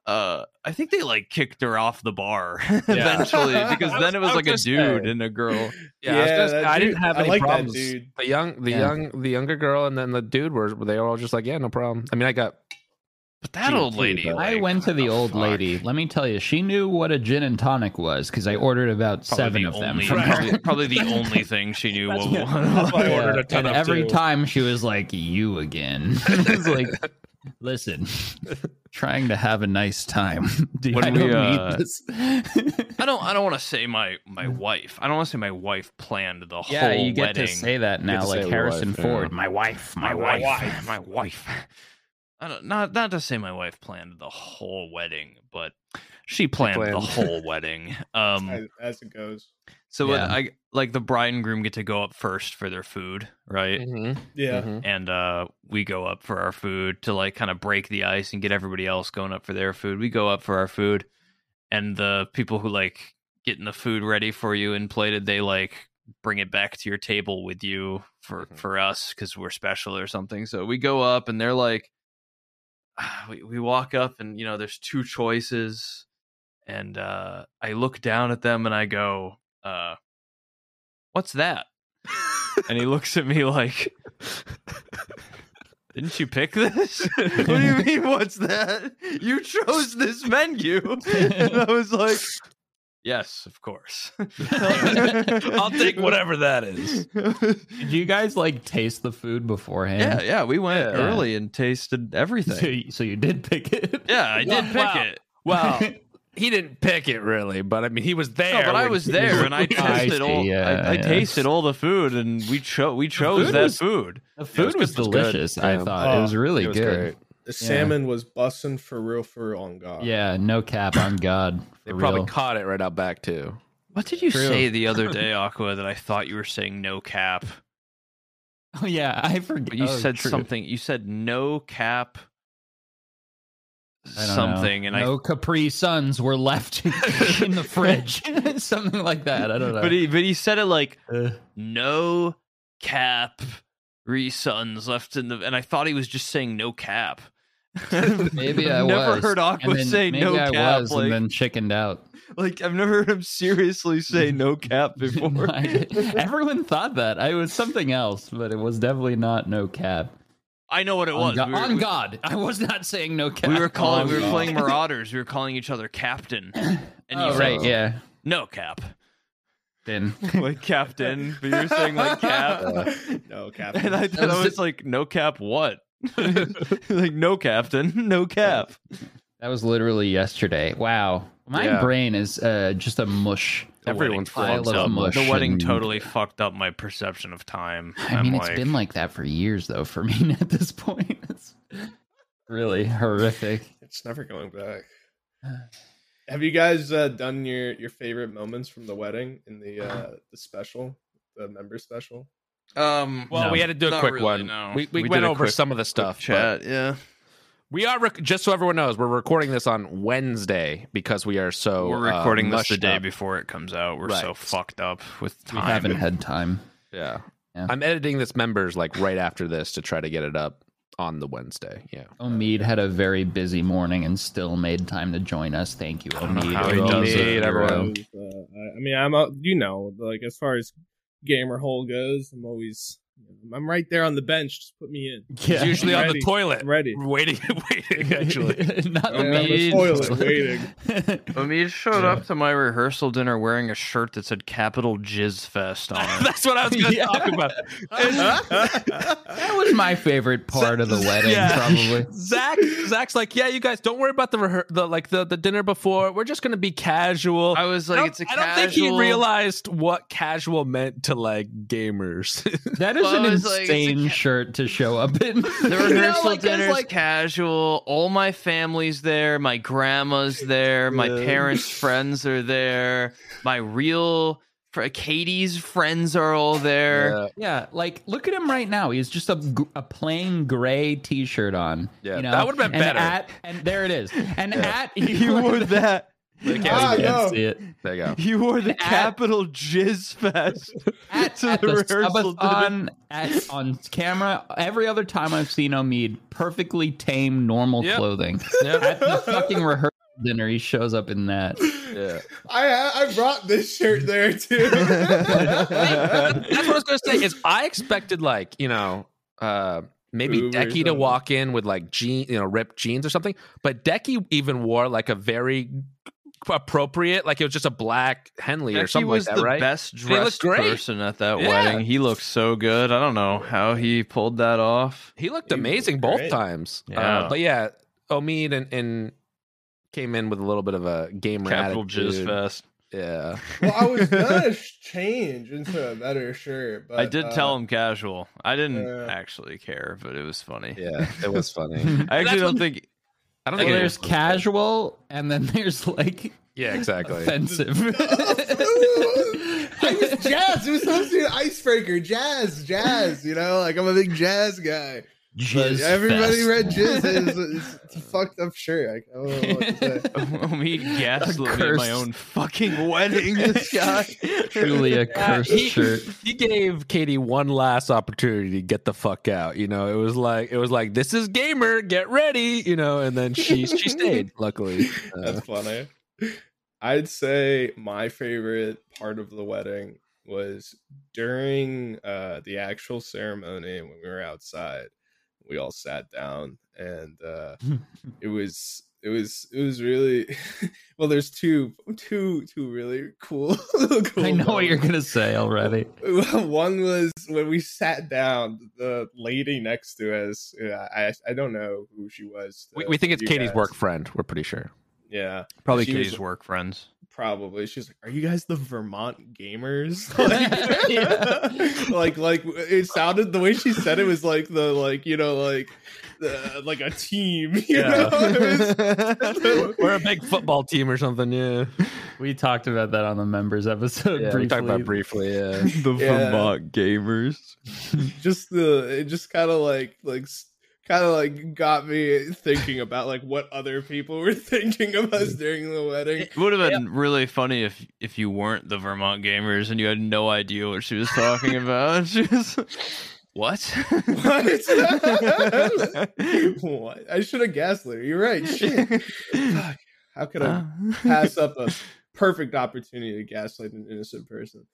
A: uh I think they like kicked her off the bar eventually because
B: I
A: then it
B: was-
A: was
B: I
A: like a
B: was
D: gonna
A: dude and a girl.
B: yeah. I, was gonna say,
D: that
B: I
D: dude-
B: didn't have
D: I
B: any
D: like that
B: problems.
D: dude.
B: The young, the
C: Yeah.
B: young, the younger girl, and then the dude were they were all just like, "Yeah, no problem." I mean, I got
A: But that
B: Gee,
A: old
B: gee,
A: lady,
B: but-
A: like,
C: I went to
A: what
C: the old
A: fuck?
C: lady. Let me tell you, she knew what a gin and tonic was because I ordered about
A: Probably
C: seven
A: the
C: of them
A: only-
C: from her.
A: Probably, probably the only thing she knew.
B: That's-
A: was
B: that's why I ordered a ton
C: and
B: of
C: every
B: two.
C: time she was like, "You again." I was like, "Listen, trying to have a nice time. Do
A: When
C: I
A: we,
C: don't
A: uh,
C: need this."
A: I don't. I don't want to say my my wife. I don't want to say my wife planned the
C: yeah,
A: whole
C: you get
A: wedding.
C: to say that
B: get
C: now,
B: to
C: like
B: say
C: Harrison
B: wife, yeah.
C: Ford. My wife,
A: my
C: my, wife.
A: wife, my wife. I don't not not to say my wife planned the whole wedding, but she planned, the
B: planned.
A: whole wedding. Um,
D: As, as it goes.
A: so when
C: Yeah.
A: I like the bride and groom get to go up first for their food, right?
C: Mm-hmm.
D: Yeah.
B: Mm-hmm.
A: and uh, we go up for our food to like kind of break the ice and get everybody else going up for their food. We go up for our food, and the people who like getting the food ready for you and plated, they like bring it back to your table with you for
B: Mhm.
A: for us because we're special or something. So we go up and they're like, we we walk up and you know there's two choices, and uh, I look down at them and I go, uh, "What's that?" and he looks at me like. Didn't you pick this? what do you mean? What's that? You chose this menu. And I was like, yes, of course.
B: I'll take whatever that is.
C: Did you guys like taste the food
A: Yeah,
C: beforehand?
A: yeah. We went
C: Yeah.
A: early and tasted
C: So,
A: everything.
C: you- so you did pick it.
A: Yeah, I did pick
B: Wow.
A: it.
B: Well, he didn't pick it really, but I mean, he was there.
A: No, but I
B: when-
A: was there and I
C: I
A: tasted
C: see,
A: all.
C: yeah,
A: I, I
C: yeah.
A: tasted all the food, and we chose. We chose
B: food
A: that
B: was-
A: food.
C: The food
B: good,
C: was,
B: it was good.
C: delicious. I
B: Yeah.
C: thought it
D: Oh,
C: was really
B: It was
C: good.
D: The salmon was bussing for real for on God.
C: Yeah, no cap on God.
B: They
C: for
B: probably
C: real.
B: caught it right out back too.
A: What did you
C: True.
A: say the other day, Aqua? That I thought you were saying no cap,
C: Oh yeah, I forget.
A: but you
C: oh,
A: said
C: true.
A: something. You said no cap.
C: I don't know.
A: Something, and I
C: no Capri Suns were left in the fridge, something like that. I don't know.
A: But he but he said it like
C: Uh,
A: no cap resuns left in the and I thought he was just saying no cap.
C: maybe I
A: I've never
C: was.
A: heard
C: and
A: Aqua
C: then
A: say
C: maybe
A: no
C: I
A: cap.
C: was,
A: like,
C: and then chickened out.
A: like I've never heard him seriously say no cap before.
C: I- everyone thought that I was something else, but it was definitely not no cap.
A: I know what it
C: On,
A: was.
C: Go-
A: we, were,
C: on
A: we-
C: God, I was not saying no cap.
A: we were calling we were
D: God.
A: playing E Marauders. We were calling each other Captain. And
C: Oh,
A: you
C: right,
A: said
C: yeah.
A: no cap.
C: Then
A: Like Captain. But you were saying like cap.
D: no, Captain.
A: And I, thought I was like, no cap what? like no captain, no cap.
C: That was literally yesterday. Wow, my
B: Yeah.
C: brain is uh, just a mush.
B: Everyone's
C: pile
B: fucked
C: of
A: So,
C: mush.
A: the wedding
C: and-
A: totally fucked up my perception of time.
C: I
A: I'm
C: mean,
A: like-
C: it's been like that for years, though. For me, at this point, it's really horrific.
D: It's never going back. Have you guys uh, done your your favorite moments from the wedding in the uh the special, the member special?
E: Um,
B: Well,
C: No.
B: we had to do a
E: Not
B: quick
E: really,
B: one.
E: no.
B: We, we,
A: We
B: went
A: did a
B: over
A: quick-
B: some of the stuff. but
A: chat. Yeah,
B: We are rec- just so everyone knows, we're recording this on Wednesday because we are so
A: we're
B: uh,
A: recording this the
B: mushed
A: day
B: up.
A: before it comes out. We're so
B: Right.
A: fucked up with
C: We
A: time.
C: haven't had time.
B: Yeah.
C: Yeah.
B: I'm editing this members like right after this to try to get it up on the Wednesday. Yeah.
C: Omid had a very busy morning and still made time to join us. Thank you,
A: don't know
C: Omid.
A: how Oh, he
C: Omid's
A: does
C: a
A: it,
C: hero.
B: everyone.
D: Uh, I I mean, I'm out. You know, like as far as gamer hole goes, I'm always I'm right there on the bench. Just put me in.
B: He's usually on the
D: Ready.
B: toilet.
D: I'm ready.
B: Waiting, waiting, actually.
C: Not
D: I'm on
C: Omid.
D: the toilet waiting.
A: Omid showed
C: Yeah.
A: up to my rehearsal dinner wearing a shirt that said "Capital Jizz Fest" on it.
B: That's what I was going to
C: Yeah.
B: talk about.
C: that was my favorite part of the wedding,
B: Yeah.
C: probably.
B: Zach, Zach's like, yeah, you guys don't worry about the rehe- the like the, the dinner before. We're just gonna be casual.
A: I was like,
B: I don't,
A: "It's a
B: I
A: casual."
B: don't think he realized what casual meant to like gamers.
C: That is
A: Well,
C: an
A: it's like- it's a
C: insane
A: ca-
C: shirt to show up in.
A: The rehearsal
C: like, it's
A: dinner's
C: like-
A: casual. All my family's there. My grandma's there. My
D: Yeah.
A: parents' friends are there. My real fr- Katie's friends are all there.
C: Yeah, like look at him right now. He's just a, g- a plain gray T-shirt on.
B: Yeah,
C: you know?
B: that would've been
C: and
B: better.
C: At, and there it is. And at
A: He wore that.
B: They can't
D: Ah,
B: see that.
D: no.
C: see it.
B: There you go.
A: He wore the
C: At-
A: capital Jizz Fest.
C: At,
A: To
C: at
A: the
C: the,
A: rehearsal
C: subathon, at, on camera. Every other time I've seen Omid, perfectly tame, normal
B: Yep.
C: clothing. At the fucking rehearsal dinner, he shows up in that.
B: Yeah.
D: I ha- I brought this shirt there too.
B: That's what I was gonna say. Is I expected like you know uh, maybe
D: Boob or
B: Decky to
D: something.
B: walk in with like jean you know ripped jeans or something, but Decky even wore like a very appropriate like it was just a black Henley or
A: He
B: something
A: was
B: like that,
A: the
B: right?
A: best
B: looked
A: dressed
B: great.
A: person at that
B: Yeah.
A: wedding. He looked so good. I don't know how he pulled that off.
B: He looked
D: He
B: amazing
D: looked
B: both
D: great.
B: times.
A: Yeah.
B: Uh, but yeah, Omid and, and came in with a little bit of a gamer
A: Capital Jizz
B: attitude.
A: Fest.
B: Yeah.
D: well, I was gonna sh- change into a better shirt, but
A: I did
D: uh,
A: tell him casual. I didn't
D: yeah.
A: actually care, but it was funny.
B: Yeah. It was funny.
A: I
B: That's
A: actually don't
B: what-
A: think
B: I don't
C: Well,
B: think it
C: there's
B: was-
C: casual, and then there's like
B: Yeah, exactly.
C: offensive.
D: I was jazz. It was supposed to be an icebreaker. Jazz, jazz. You know, like I'm a big jazz guy. But
C: Jizz
D: everybody
C: fest.
D: read jizz. It's, it's, it's a fucked up shirt. I, I don't know what to say.
A: me gaslit me at
C: cursed-
A: my own fucking wedding. This guy.
C: Truly a
B: Yeah,
C: cursed
B: he,
C: shirt.
B: he gave Katie one last opportunity to get the fuck out. You know, it was like it was like this is gamer, get ready. You know, and then she she stayed. Luckily, uh,
D: That's funny. I'd say my favorite part of the wedding was during uh, the actual ceremony when we were outside. We all sat down, and uh, it was it was it was really well. There's two two two really cool. cool
C: I know what you're
D: moments.
C: gonna say already.
D: One was when we sat down, the lady next to us. yeah, I I don't know who she was.
B: we,
D: uh,
B: we think it's
D: you
B: Katie's
D: guys.
B: work friend. We're pretty sure.
D: Yeah,
A: Probably
D: She was-
A: Katie's work friends.
D: probably she's like are you guys the vermont gamers
C: Yeah.
D: like, like like, it sounded the way she said it was like the like you know like uh, like a team you
B: Yeah.
D: know It was-
B: We're a big football team or something. Yeah,
C: We talked about that on the members episode.
B: yeah
C: briefly.
B: we talked about briefly. Yeah,
A: The
D: Yeah.
A: Vermont gamers.
D: just the it just kind of like like kind of like got me thinking about like what other people were thinking of us during the wedding
A: It would have been really funny if if you weren't the Vermont gamers and you had no idea what she was talking about. She was what?
D: what? what? i should have guessed later you're right shit. Fuck. how could i pass up a perfect opportunity to gaslight an innocent person.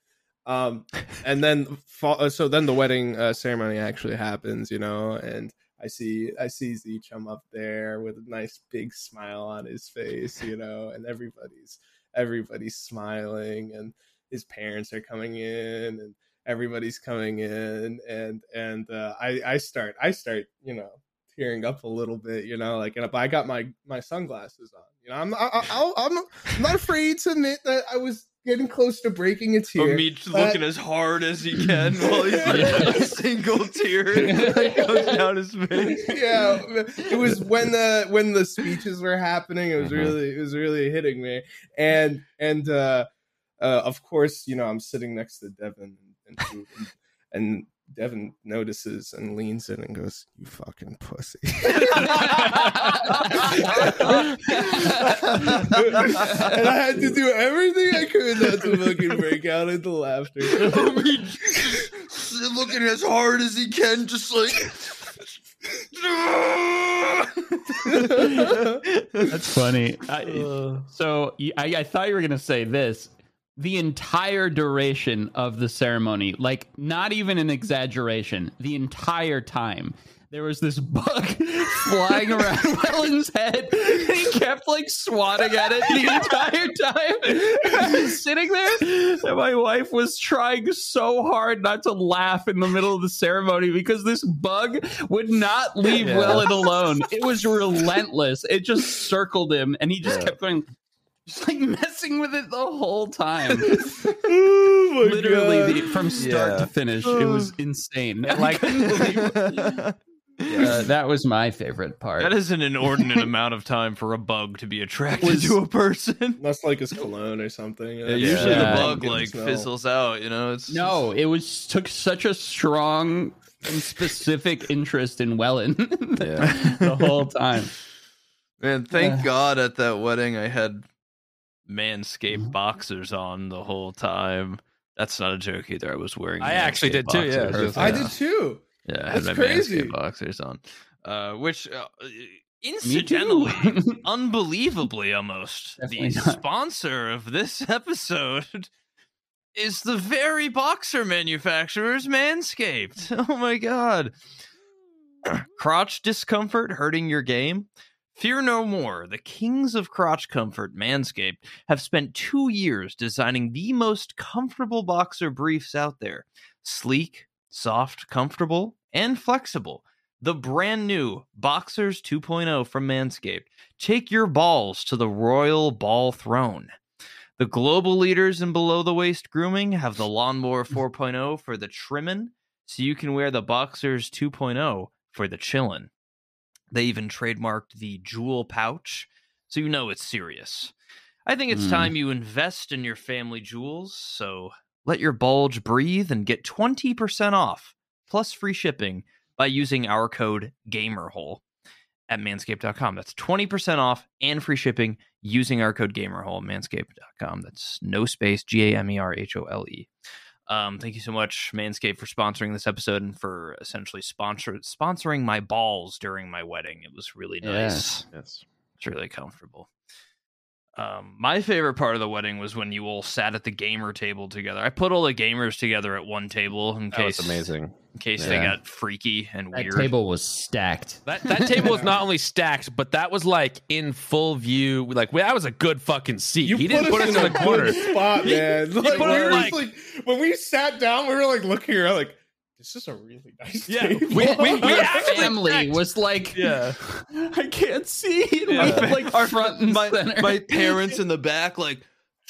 D: Um, and then fa- uh, so then the wedding uh, ceremony actually happens, you know, and I see I see Zeech I'm up there with a nice big smile on his face, you know, and everybody's everybody's smiling, and his parents are coming in, and everybody's coming in, and and uh, I I start I start you know tearing up a little bit, you know, like, and but I got my my sunglasses on. You know, I'm I, I, I'll- I'm I'm not afraid to admit that I was getting close to breaking a
A: Or
D: tear.
A: me looking as hard as he can while he's a single tear that goes down his face.
D: yeah, it was when the when the speeches were happening. It was
B: Mhm.
D: really it was really hitting me, and and uh, uh, of course, you know, I'm sitting next to Devin, and and, and Devin notices and leans in and goes, "You fucking pussy." and I had to do everything I could not to fucking break out into laughter.
E: looking as hard as he can, just like.
C: That's funny. I, so you- I, I thought you were going to say this. The entire duration of the ceremony, like not even an exaggeration, the entire time, there was this bug flying around Wellen's head. And he kept like swatting at it the entire time. I was sitting there, and my wife was trying so hard not to laugh in the middle of the ceremony because this bug would not leave
B: Yeah.
C: Wellen alone. It was relentless. It just circled him, and he just
B: Yeah.
C: kept going, just like messing with it the whole time.
D: Oh my God.
C: Literally, the, from start
E: Yeah.
C: to finish, it was insane.
B: like-
C: Like uh, that was my favorite part.
A: That is an inordinate amount of time for a bug to be attracted
C: Was-
A: to a person.
D: That's like his cologne or something.
A: Yeah, Uh, usually
C: Yeah.
A: the bug
D: You can
A: like
D: smell.
A: fizzles out, you know. It's
C: No, it was took such a strong and specific interest in Wellen
B: yeah.
C: the whole time.
A: man. Thank
C: Yeah.
A: God at that wedding I had
D: Mm-hmm.
A: manscaped boxers on the whole time. That's not a joke either. I was wearing.
B: I actually
A: Manscaped
B: did too, yeah.
A: boxers.
B: I was
D: I did too.
A: Yeah, I had
D: That's
A: my
D: crazy.
A: Manscaped boxers on, uh, which uh,
C: Me
A: incidentally,
C: too.
A: unbelievably almost,
C: Definitely
A: the
C: not.
A: sponsor of this episode is the very boxer manufacturers Manscaped. Oh my god. Crotch discomfort hurting your game? Fear no more. The kings of crotch comfort, Manscaped, have spent two years designing the most comfortable boxer briefs out there. Sleek, soft, comfortable, and flexible. The brand new Boxers 2.0 from Manscaped. Take your balls to the royal ball throne. The global leaders in below the waist grooming have the Lawnmower 4.0 for the trimmin', so you can wear the Boxers 2.0 for the chillin'. They even trademarked the jewel pouch, so you know it's serious. I think it's
C: Mm.
A: time you invest in your family jewels, so let your bulge breathe and get 20% off plus free shipping by using our code GAMERHOLE at manscaped.com. That's 20% off and free shipping using our code GAMERHOLE at manscaped.com. That's no space, G A M E R H O L E. Um, thank you so much, Manscaped, for sponsoring this episode and for essentially sponsor- sponsoring my balls during my wedding. It was really nice.
C: Yes.
B: Yes.
A: It's really comfortable. Um, my favorite part of the wedding was when you all sat at the gamer table together. I put all the gamers together at one table in
B: That was
A: case
B: amazing.
A: in case they
B: Yeah.
A: got freaky and
C: That
A: weird.
C: table was stacked.
B: That that table was not only stacked, but that was like in full view. Like that was a good fucking seat.
D: You
B: he didn't put us in the
D: a good
B: corner.
D: spot, man. Like,
B: put
D: we
B: us
D: were just,
B: like-
D: like- when we sat down, we were like looking around, like this is a really nice.
B: Yeah,
D: table.
B: we- we- we
C: Our
B: actually
C: family
B: checked.
C: was like,
B: Yeah.
C: I can't see. And
B: Yeah.
C: We were like
A: Our-
C: front and
A: my,
C: center.
A: my parents in the back, like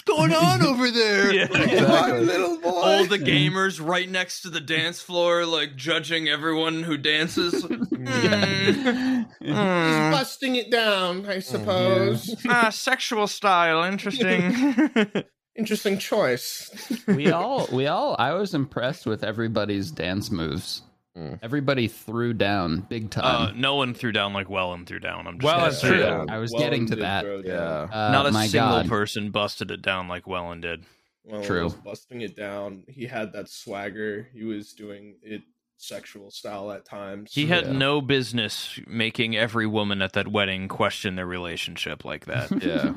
E: What's going on over there?
A: Yeah,
E: My
B: exactly.
E: little boy.
A: all the
B: Mm-hmm.
A: gamers right next to the dance floor, like judging everyone who dances. Hmm, Mm, mm,
D: busting it down,
B: Mm-hmm.
D: I suppose.
A: ah, sexual style, interesting.
D: Interesting choice.
C: we all we all i was impressed with everybody's dance moves
A: Hmm.
B: Mm.
C: everybody threw down big
A: uh,
C: time
A: no one threw down like Wellen threw down. I'm just
B: Wellen
A: gonna
B: That's
A: say
B: Uh, true.
A: that.
B: down.
C: i was getting to that
B: Yeah.
C: Uh,
A: Not a
C: my
A: single
C: God.
A: person busted it down like Wellen did.
D: Well,
C: True.
D: Was busting it down. He had that swagger. He was doing it sexual style at times.
A: He had
B: Yeah.
A: no business making every woman at that wedding question their relationship like that.
B: Yeah.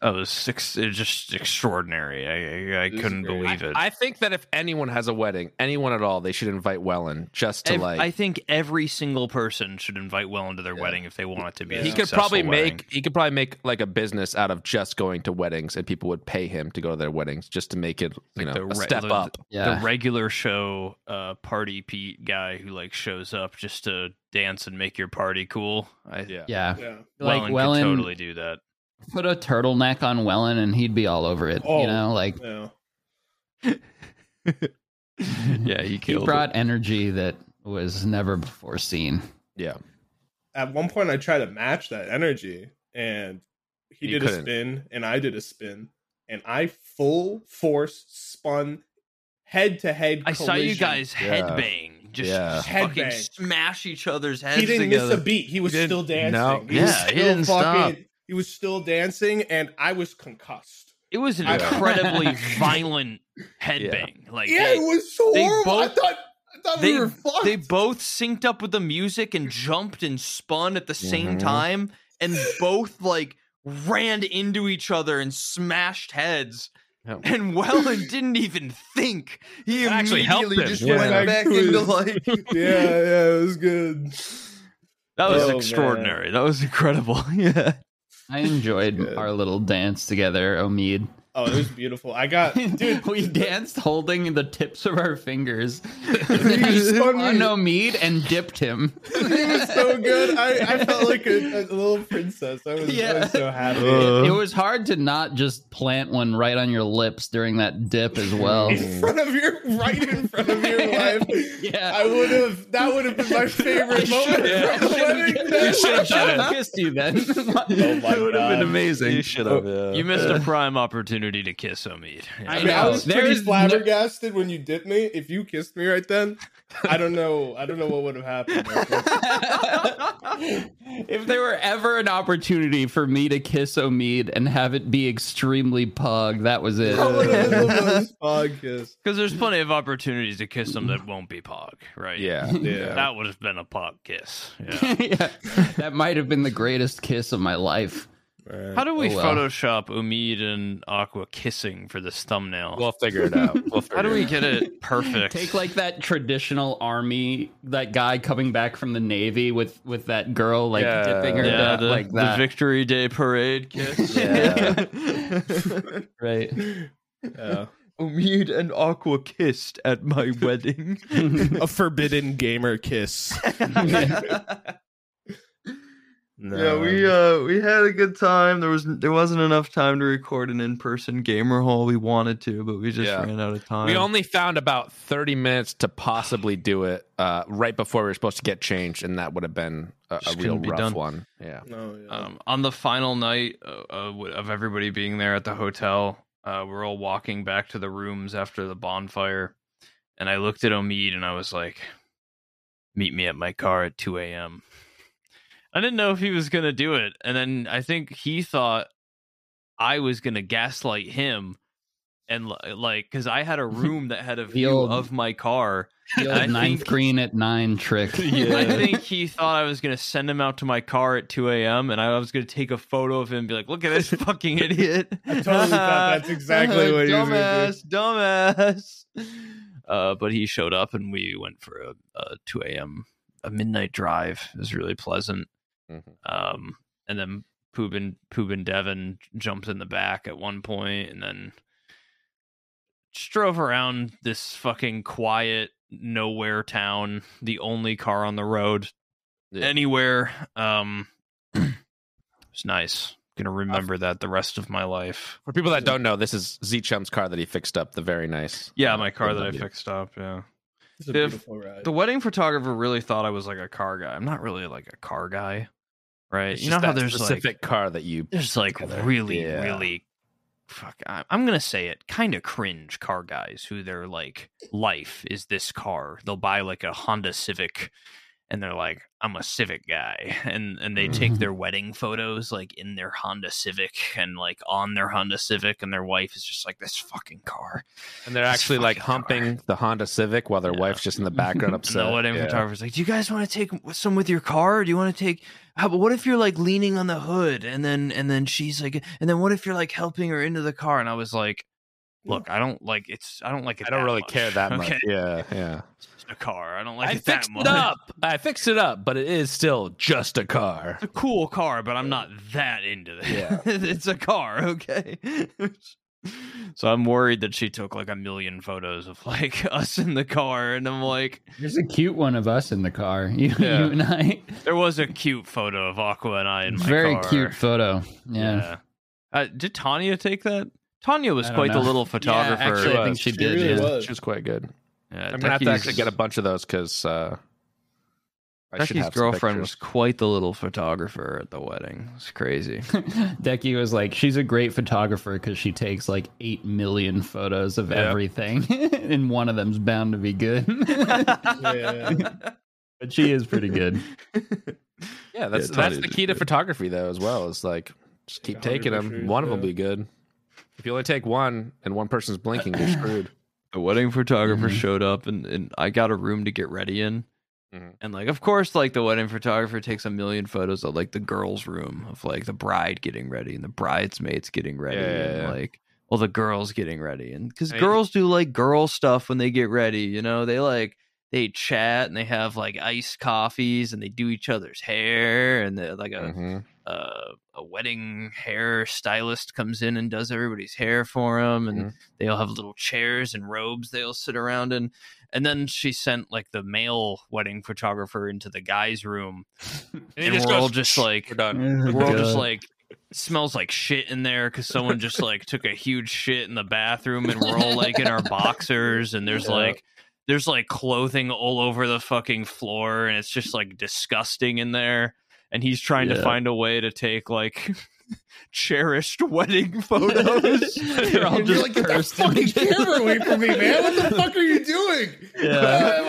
A: I was six, it was just extraordinary. I I, I
D: This is
A: couldn't
D: great.
A: believe it.
B: I think that if anyone has a wedding, anyone at all, they should invite Wellen just to
A: Ev-
B: like.
A: I think every single person should invite Wellen to their
B: Yeah.
A: wedding if they want it to be. a
B: he could
A: successful
B: probably
A: wedding.
B: make he could probably make like a business out of just going to weddings, and people would pay him to go to their weddings just to make it you
A: Like
B: know
A: the
B: a
A: re-
B: step
A: the-
B: up.
C: Yeah.
A: the regular show uh, party Pete guy who like shows up just to dance and make your party cool. I
B: Yeah.
C: yeah.
D: Yeah.
C: Like
A: Wellen,
C: Wellen
A: could totally do that.
C: put a turtleneck on Wellen and he'd be all over it.
D: Oh.
C: You know, like
D: No.
A: yeah, he
C: he
A: killed.
C: brought energy that was never before seen.
B: Yeah,
D: At one point, I tried to match that energy, and he
B: You
D: did
B: couldn't.
D: a spin, and I did a spin, and I full force spun head to head.
A: I saw you guys
B: Yeah.
A: headbang, just
B: Yeah.
A: fucking
D: Headbang.
A: smash each other's heads
D: He didn't
A: together.
D: miss a beat. He was
B: You
D: still
B: didn't- no.
D: dancing. He was
A: Yeah, he
D: still
A: didn't stop.
D: He was still dancing, and I was concussed.
A: It was an
D: I-
A: incredibly violent headbang. Like
D: yeah, it
A: they,
D: was so
A: they
D: horrible. I
A: both-
D: thought, I thought
A: they-
D: we were fucked.
A: they both synced up with the music and jumped and spun at the same
B: Mhm.
A: time, and both like ran into each other and smashed heads.
B: Yeah.
A: And Wellen didn't even think. He
B: That actually helped
A: immediately
B: him,
A: just
B: yeah.
A: went back into like
D: yeah, yeah, it was good.
A: that was
D: Oh, man.
A: extraordinary. That was incredible. yeah.
C: I enjoyed
D: Good.
C: our little dance together, Omid.
D: Oh, it was beautiful. I got dude.
C: we danced holding the tips of our fingers.
D: You spun
C: spun
D: me.
C: Omid and dipped him.
D: He was so good. I, I felt like a, a little princess. I was, I
C: Yeah.
D: was so happy.
C: it was hard to not just plant one right on your lips during that dip as well.
D: in front of your right in front of your wife.
C: Yeah.
D: I would have that would have been my favorite moment.
C: I
D: from the wedding day.
C: should've- I should've kissed you then.
A: Oh
D: It would've been amazing.
B: amazing. You should have. Yeah.
A: You missed a prime opportunity to kiss Omid.
C: I
D: I, mean, I
C: know.
D: was
C: There
D: pretty
C: is no-
D: flabbergasted when you dipped me. If you kissed me right then, I don't know. I don't know what would have happened.
C: if there were ever an opportunity for me to kiss Omid and have it be extremely pug, that was it.
D: That would have been the most pog kiss.
A: Because there's plenty of opportunities to kiss them that won't be Pog, right?
B: yeah.
D: Yeah.
A: That would have been a Pog kiss. Yeah.
C: Yeah. That might have been the greatest kiss of my life.
A: How do we
C: Oh, well.
A: Photoshop Umid and Aqua kissing for this thumbnail?
B: We'll figure it out. We'll figure
A: How do
B: it
A: we
B: out.
A: get it perfect?
C: Take like that traditional army, that guy coming back from the navy with with that girl like
B: Yeah.
C: dipping her
A: yeah,
C: dot
A: the,
C: like
A: the
C: that.
A: Victory Day Parade kiss.
B: Yeah.
C: right.
D: Yeah.
A: Umid Oh, and Aqua kissed at my wedding.
D: A forbidden gamer kiss. No.
A: Yeah, we uh we had a good time. There was there wasn't enough time to record an in person gamer hall. We wanted to, but we just
B: Yeah.
A: ran out of time.
B: We only found about 30 minutes to possibly do it uh, right before we were supposed to get changed, and that would have been a, a
A: Just
B: real
A: couldn't be
B: rough
A: done.
B: one. Yeah.
C: Oh,
D: No, yeah.
A: um, on the final night uh, uh, w- of everybody being there at the hotel, uh, we're all walking back to the rooms after the bonfire, and I looked at Omid and I was like, "Meet me at my car at two a.m." I didn't know if he was gonna do it, and then I think he thought I was gonna gaslight him, and li- like because I had a room that had a view
C: old-
A: of my car,
C: The old
A: I
C: ninth
A: think-
C: green at nine trick.
A: I think he thought I was going to send him out to my car at 2 a.m. and I was going to take a photo of him and be like, look at this fucking idiot.
D: I totally thought that's exactly what he was gonna
A: Dumbass, dumbass. Uh, but he showed up and we went for a, a 2 a.m. a midnight drive. It was really pleasant.
D: Mm-hmm.
B: Mhm.
A: Um, and then Poob and, Poob and Devin jumped in the back at one point and then just drove around this fucking quiet nowhere town the only car on the road
B: Yeah.
A: anywhere um it's nice gonna remember that the rest of my life
B: For people that don't know, this is Z Chum's car that he fixed up. The very nice.
A: yeah
B: uh,
A: my car that i
B: BMW.
A: fixed up yeah
D: It's a
A: If-
D: beautiful ride.
A: the wedding photographer really thought i was like a car guy i'm not really like a car guy right
B: It's
A: you know
B: just
A: how
B: that
A: there's
B: specific
A: like
B: car that you.
A: there's like
B: together.
A: really
B: Yeah.
A: really fuck I, i'm gonna say it kind of cringe car guys who their like life is this car they'll buy like a honda civic and they're like, "I'm a Civic guy," and and they take their wedding photos like in their Honda Civic and like on their Honda Civic, and their wife is just like, "This fucking car."
B: and they're
A: This
B: actually like
A: fucking car.
B: humping the Honda Civic while their
A: Yeah.
B: wife's just in the background
A: And
B: upset.
A: the wedding
B: Yeah.
A: photographer's like, "Do you guys want to take some with your car? Or do you want to take? How, what if you're like leaning on the hood, and then and then she's like, and then what if you're like helping her into the car?" And I was like, "Look, I don't like it's. I don't like it.
B: I don't
A: that
B: really
A: much.
B: care that much.
A: Okay?
B: Yeah, yeah.
A: It's just a car. I don't like
B: I
A: it that
B: fixed
A: much.
B: it up. I fixed it up, but it is still just a car.
A: It's a cool car, but I'm not that into it.
B: Yeah.
A: it's a car, okay. so I'm worried that she took like a million photos of like us in the car, and I'm like,
C: There's a cute one of us in the car. You,
B: Yeah.
C: you and I.
A: there was a cute photo of Aqua and I in my
C: Very
A: car.
C: cute photo. Yeah.
A: Uh, did Tanya take that? Tanya was
C: I don't
A: quite the
C: know.
A: little photographer.
C: Yeah, actually, I think she
D: She
C: did.
D: really
C: yeah.
D: was.
B: She was quite good.
A: Yeah,
B: I'm gonna have to
A: Becky's-
B: actually get a bunch of those because uh, I should
A: Becky's
B: have some
A: girlfriend was
B: pictures.
A: quite the little photographer at the wedding. It's crazy.
C: Decky was like, she's a great photographer because she takes like 8 million photos of
B: Yeah.
C: everything, and one of them's bound to be good.
D: Yeah.
C: but she is pretty good.
B: Yeah, that's
A: Yeah,
B: that's
A: Tanya
B: the
A: did
B: key to
A: good.
B: photography though as well. Is like just keep
D: Like a hundred
B: taking them.
D: pictures,
B: One of them
D: yeah.
B: will be good. If you only take one and one person's blinking, you're screwed.
A: the wedding photographer
B: Mm-hmm.
C: Mhm.
A: showed up and, and I got a room to get ready in.
B: Mhm.
A: And like of course like the wedding photographer takes a million photos of like the girls' room of like the bride getting ready and the bridesmaids getting ready
B: Yeah, yeah,
A: and
B: yeah.
A: like all the girls getting ready and cuz
B: I mean-
A: girls do like girl stuff when they get ready, you know? They like they chat and they have like iced coffees and they do each other's hair and they're like a
B: Mhm.
A: uh, a wedding hair stylist comes in and does everybody's hair for them and
B: Mhm.
A: they all have little chairs and robes they all sit around in and then she sent like the male wedding photographer into the guy's room
B: he
A: and,
B: just
A: we're all
B: goes,
A: just like
B: We're done.
A: we're
C: uh,
A: all just like smells like shit in there because someone just like took a huge shit in the bathroom and we're all like in our boxers and there's
B: Yeah.
A: like there's like clothing all over the fucking floor and it's just like disgusting in there and he's trying to
C: Yeah.
A: find a way to take like cherished wedding photos
C: They're all
D: You're
C: just
D: like, get that
C: cursed
D: fucking
C: images.
D: camera away from me, man. What the fuck are you doing?
C: Yeah.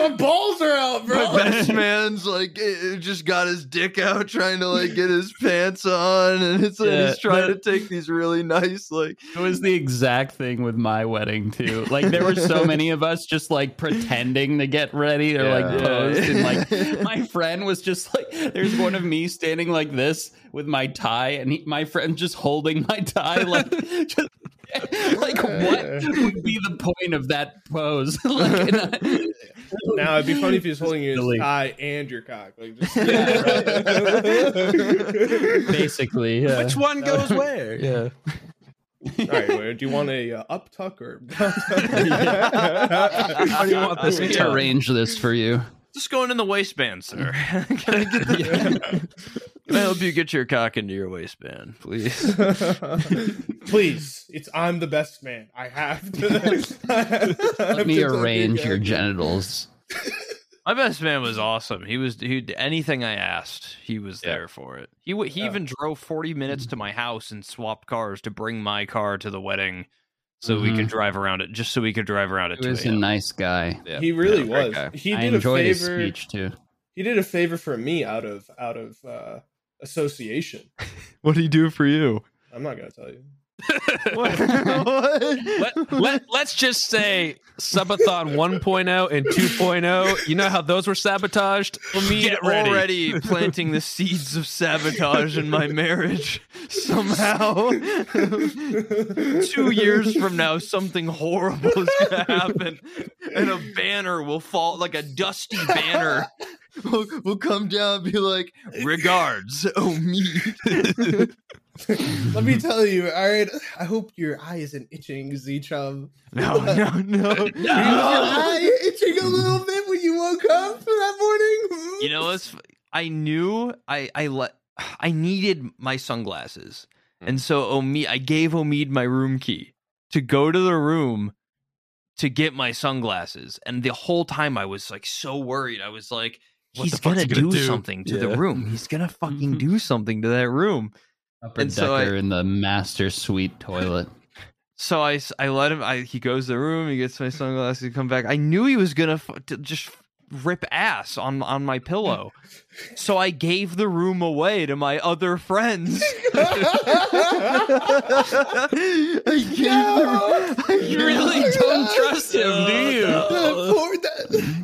D: Uh, my balls are out,
E: My
D: bro.
E: best man's like eh, eh, just got his dick out trying to like get his pants on, and it's and
C: Yeah,
E: he's trying
C: that-
E: to take these really nice like.
C: It was the exact thing with my wedding too. Like there were so many of us just like pretending to get ready or
B: Yeah.
C: like posed and like my friend was just like there's one of me standing like this with my tie and he, my friend just holding my tie like just like what would be the point of that pose? like, and I-
D: Now it'd be funny if he was holding
C: Really.
D: his tie and your cock. Like, just,
C: basically, yeah.
B: Which one goes where? Yeah.
D: All right, Wade, do you want a uh, up tuck or?
B: How do you want this
C: Let me
B: done?
C: arrange this for you.
A: just going in the waistband sir can I, get- can I help you get your cock into your waistband please
D: Please, it's I'm the best man. I have to.
C: Let me arrange your genitals.
A: My best man was awesome. He was he anything I asked, he was
B: Yeah.
A: there for it. He w- he
D: Yeah.
A: even drove 40 minutes to my house and swapped cars to bring my car to the wedding so we could drive around it just so we could drive around it
C: He was a nice guy.
B: Yeah.
D: He really
B: Yeah, great
D: was.
B: guy.
D: He
C: I
D: did a
C: enjoyed his
D: favor.
C: speech too.
D: He did a favor for me out of out of uh, association.
A: What did he do for you?
D: I'm not gonna tell you.
B: Let, let, let's just say Subathon 1.0 and 2.0. You know how those were sabotaged? Well, me
A: Get already planting the seeds of sabotage in my marriage somehow. 2 years from now something horrible is going to happen and a banner will fall like a dusty banner
E: We'll, we'll come down and be like,
A: regards
E: "Oh me,
D: Let me tell you. All right, I hope your eye isn't itching, Z Chum.
A: No, no, no.
D: Was your eye itching a little bit when you woke up that morning?
A: You know, it's, I knew I I let I needed my sunglasses, and so Omid, I gave Omid my room key to go to the room to get my sunglasses. And the whole time I was like so worried. I was like,
B: What
A: he's
B: the fuck's
A: gonna,
B: he gonna
A: do,
B: do?
A: something to
B: Yeah. Mm-hmm.
A: the room. He's gonna fucking do something to that room.
C: Upper
A: And
C: decker
A: so I-
C: in the master suite toilet.
A: So I, s- I let him. I he goes to the room. He gets my sunglasses. He come back. I knew he was gonna f- to just rip ass on on my pillow. so I gave the room away to my other friends.
E: I gave
D: No!
E: the- I
D: You
E: gave
D: really
E: the-
D: don't
C: trust him, do you?
D: That poor- that-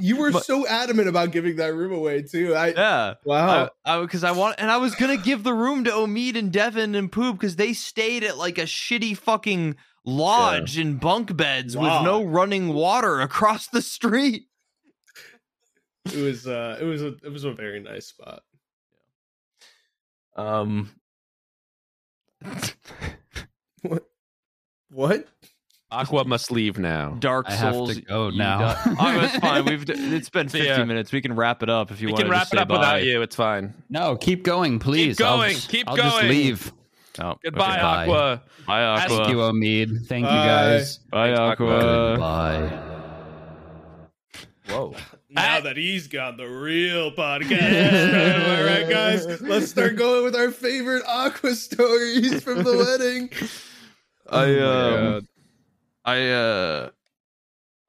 D: you were so adamant about giving that room away too. I
A: Yeah.
E: Oh.
D: wow.
A: I because I, want and I was gonna give the room to Omid and Devin and Poop because they stayed at like a shitty fucking lodge in bunk beds
D: Lodge.
A: with no running water across the street.
D: it was uh, it was a it was a very nice spot.
A: Um
D: What?
B: Aqua must leave now.
A: Dark
C: I have
A: Souls.
C: to go
A: you
C: now.
A: die- oh, it's fine. We've d- it's been
B: See
A: fifty
B: ya.
A: minutes. We can wrap it up if you
B: We
A: want
B: can wrap
A: to
B: it
A: say
B: up
A: bye.
B: without you. It's fine.
C: No, keep going, please. I'll
B: going,
C: just-
B: keep
C: I'll Just
B: going.
C: leave.
A: Oh, okay.
B: Goodbye,
C: bye.
B: Aqua.
A: Bye, Aqua.
C: Thank you, Omid. Thank you
D: Bye.
C: guys.
A: Bye, Aqua.
C: Goodbye.
B: Whoa.
D: Now that he's got the real podcast, am I right, guys? Let's start going with our favorite Aqua stories from the wedding. Oh,
A: I
B: my
A: um, I uh,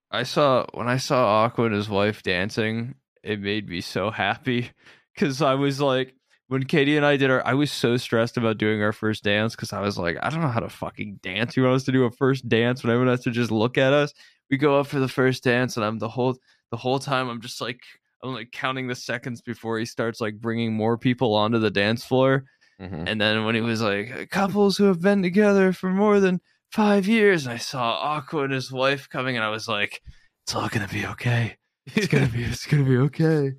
A: I saw when I saw Aqua and his wife dancing, it made me so happy because I was like, when Katie and I did our, I was so stressed about doing our first dance because I was like, I don't know how to fucking dance. You want us to do a first dance when everyone has to just look at us? We go up for the first dance, and I'm the whole the whole time I'm just like I'm like counting the seconds before he starts like bringing more people onto the dance floor.
B: Mhm.
A: And then when he was like, couples who have been together for more than five years, and I saw Aqua and his wife coming, and I was like, it's all gonna be okay. It's gonna be, it's gonna be okay.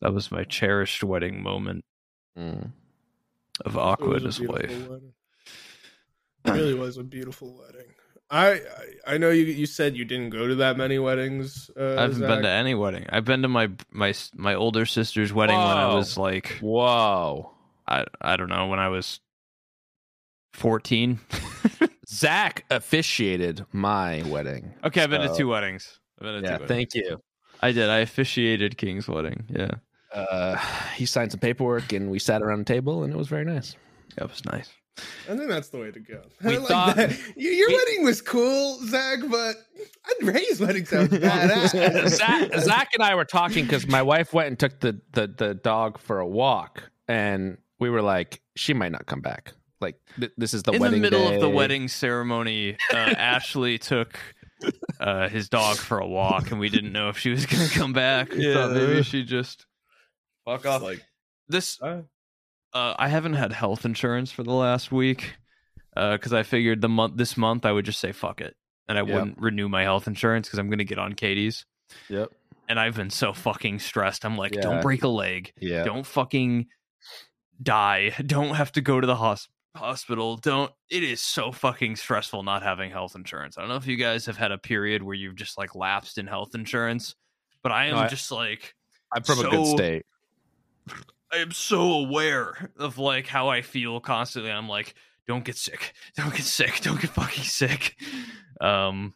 A: That was my cherished wedding moment
B: Mm.
A: of
D: It
A: Aqua
D: was
A: and
D: a
A: his
D: beautiful
A: wife.
D: wedding. It really was a beautiful wedding. I I, I know you you said you didn't go to that many weddings. Uh,
A: I haven't been
D: Zach.
A: to any wedding. I've been to my my my older sister's wedding when I
B: Whoa.
A: was like,
B: Whoa.
A: I I don't know, when I was fourteen.
B: Zach officiated my wedding.
A: okay, I've been to
B: So-
A: two weddings. I've been to
B: Yeah,
A: two. Weddings.
B: thank you.
A: I did. I officiated King's wedding. Yeah,
B: Uh, he signed some paperwork and we sat around a table and it was very nice.
A: that was nice.
D: I think that's the way to go.
B: We
D: I like
B: thought-
D: that. Your, your
B: we-
D: wedding was cool, Zach, but Ray's wedding sounds badass.
B: Zach, Zach and I were talking because my wife went and took the, the the dog for a walk, and we were like, she might not come back. Like th- this is the
A: in the
B: wedding
A: middle of the
B: day.
A: wedding ceremony uh, ashley took uh, his dog for a walk and we didn't know if she was gonna come back we thought maybe
D: Yeah.
A: she just fuck off
D: Like,
A: this
D: uh,
A: uh, i haven't had health insurance for the last week because i figured the month this month i would just say fuck it and i
B: Yeah.
A: wouldn't renew my health insurance because i'm gonna get on katie's
B: Yep.
A: and i've been so fucking stressed i'm like
B: Yeah.
A: don't break a leg
B: Yeah.
A: don't fucking die don't have to go to the hos- hospital don't it is so fucking stressful not having health insurance i don't know if you guys have had a period where you've just like lapsed in health insurance but i am
B: No, I-
A: just like
B: I'm from a good
A: So-
B: state.
A: i am so aware of like how i feel constantly i'm like don't get sick don't get sick don't get fucking sick um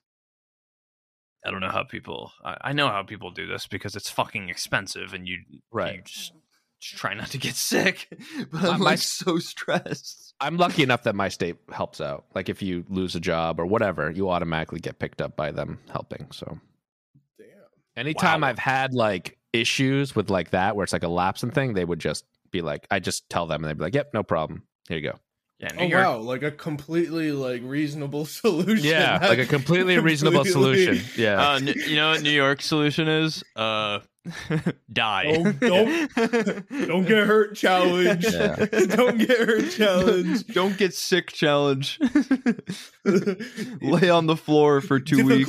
A: i don't know how people i, I know how people do this because it's fucking expensive and you you
B: Right.
A: just, just try not to get sick. But
B: My-
A: I'm
B: my-
A: like so stressed.
B: I'm lucky enough that my state helps out. Like if you lose a job or whatever, you automatically get picked up by them helping. So
D: damn.
B: anytime
A: Wow.
B: I've had like issues with like that where it's like a lapse and thing, they would just be like, I just tell them and they'd be like, Yep, no problem. Here you go.
A: Yeah, New
D: Oh
A: York.
D: wow! Like a completely like reasonable solution.
B: Yeah, like a completely reasonable
D: Completely.
B: solution. Yeah.
A: Uh, n- you know what New York's solution is? Uh, die.
D: Don't- Don't get hurt challenge.
B: Yeah.
D: Don't get hurt challenge.
A: Don't get sick challenge.
D: Two
A: Lay on the floor for two weeks.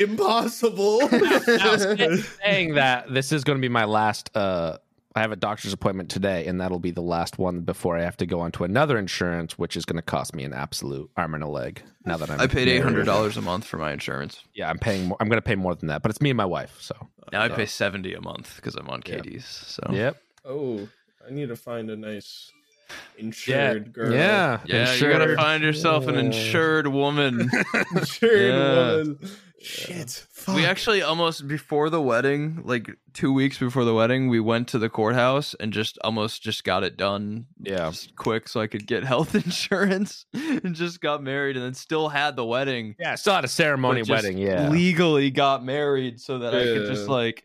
D: impossible.
B: now, say- saying that this is going to be my last uh i have a doctor's appointment today and that'll be the last one before i have to go on to another insurance which is going to cost me an absolute arm and a leg now that i'm
A: I paid eight
B: married.
A: hundred dollars a month for my insurance.
B: yeah i'm paying more i'm going to pay more than that but it's me and my wife so
A: Now I
B: Yeah.
A: pay seventy a month because I'm on
B: Yeah.
A: Katie's. So
B: yep
D: oh, I need to find a nice insured girl.
B: yeah
A: yeah,
B: Insured.
A: you gotta find yourself an
B: Yeah.
A: insured woman.
D: insured
A: Yeah.
D: woman. Shit. Fuck.
A: We actually almost before the wedding, like two weeks before the wedding, we went to the courthouse and just almost just got it done
B: yeah
A: just quick so I could get health insurance and just got married and then still had the wedding.
B: yeah still had a ceremony
A: but just
B: wedding yeah
A: Legally got married so that I could just
D: Yeah.
A: like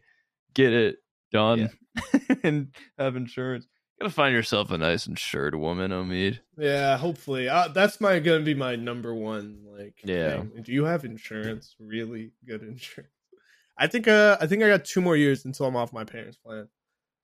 A: get it done and have insurance. Gotta find yourself a nice insured woman, Omid.
D: Yeah, hopefully. Uh, that's my gonna be my number one like
A: Yeah.
D: thing. Do you have insurance? Really good insurance. I think uh I think I got two more years until I'm off my parents' plan.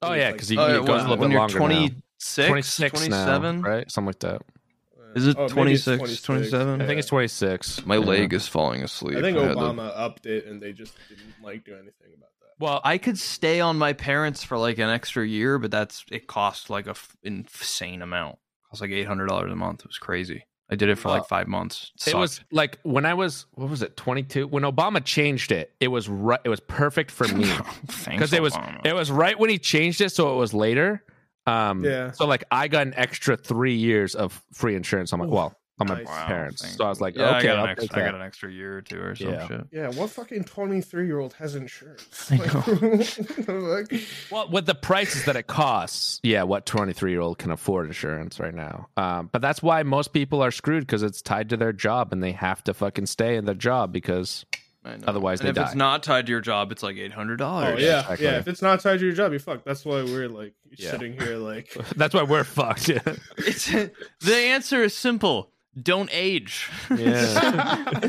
B: Oh
D: It's
B: yeah,
D: like-
B: because he
A: Oh, yeah,
B: it goes a little
A: when
B: bit
A: you're
B: longer
A: 26,
B: now. 26 now,
A: 27?
B: right? Something like that.
D: Uh,
A: Is it
D: oh, maybe it's
A: 26, 27?
B: I think it's 26.
E: My
B: Yeah.
E: leg is falling asleep.
D: I think
E: had to-
D: Obama upped it and they just didn't like do anything about that.
B: Well,
A: I could stay on my parents for like an extra year, but that's it cost like a f- insane amount. It cost like eight hundred dollars a month. It was crazy. I did it for like
B: Well,
A: five months. It,
B: it was like when I was what was it 22 when Obama changed it. It was right. It was perfect for me because it was it was right when he changed it, so it was later. Um,
D: Yeah.
B: So like I got an extra three years of free insurance on my
D: Oof,
B: well on my
D: nice. Wow,
B: parents.
A: thank
B: so I was like,
A: yeah,
B: okay,
A: I, got
B: I'll
A: an
B: take
A: extra, I
B: that.
A: got an extra year or two or some
B: Yeah.
A: shit.
D: Yeah, what fucking twenty three year old has insurance?
A: I
D: Like,
A: know.
D: what the fuck?
B: Well, with the prices that it costs, yeah, what 23 year old can afford insurance right now? Um, but that's why most people are screwed because it's tied to their job and they have to fucking stay in their job because
A: I know.
B: Otherwise
A: and
B: they
A: if it's
B: die.
A: not tied to your job, it's like eight hundred
D: Oh
A: dollars.
D: yeah,
B: exactly.
D: yeah. If it's not tied to your job, you fucked. That's why we're like
B: Yeah.
D: sitting here like
B: that's why we're fucked.
A: It's, the answer is simple. Don't age. Simply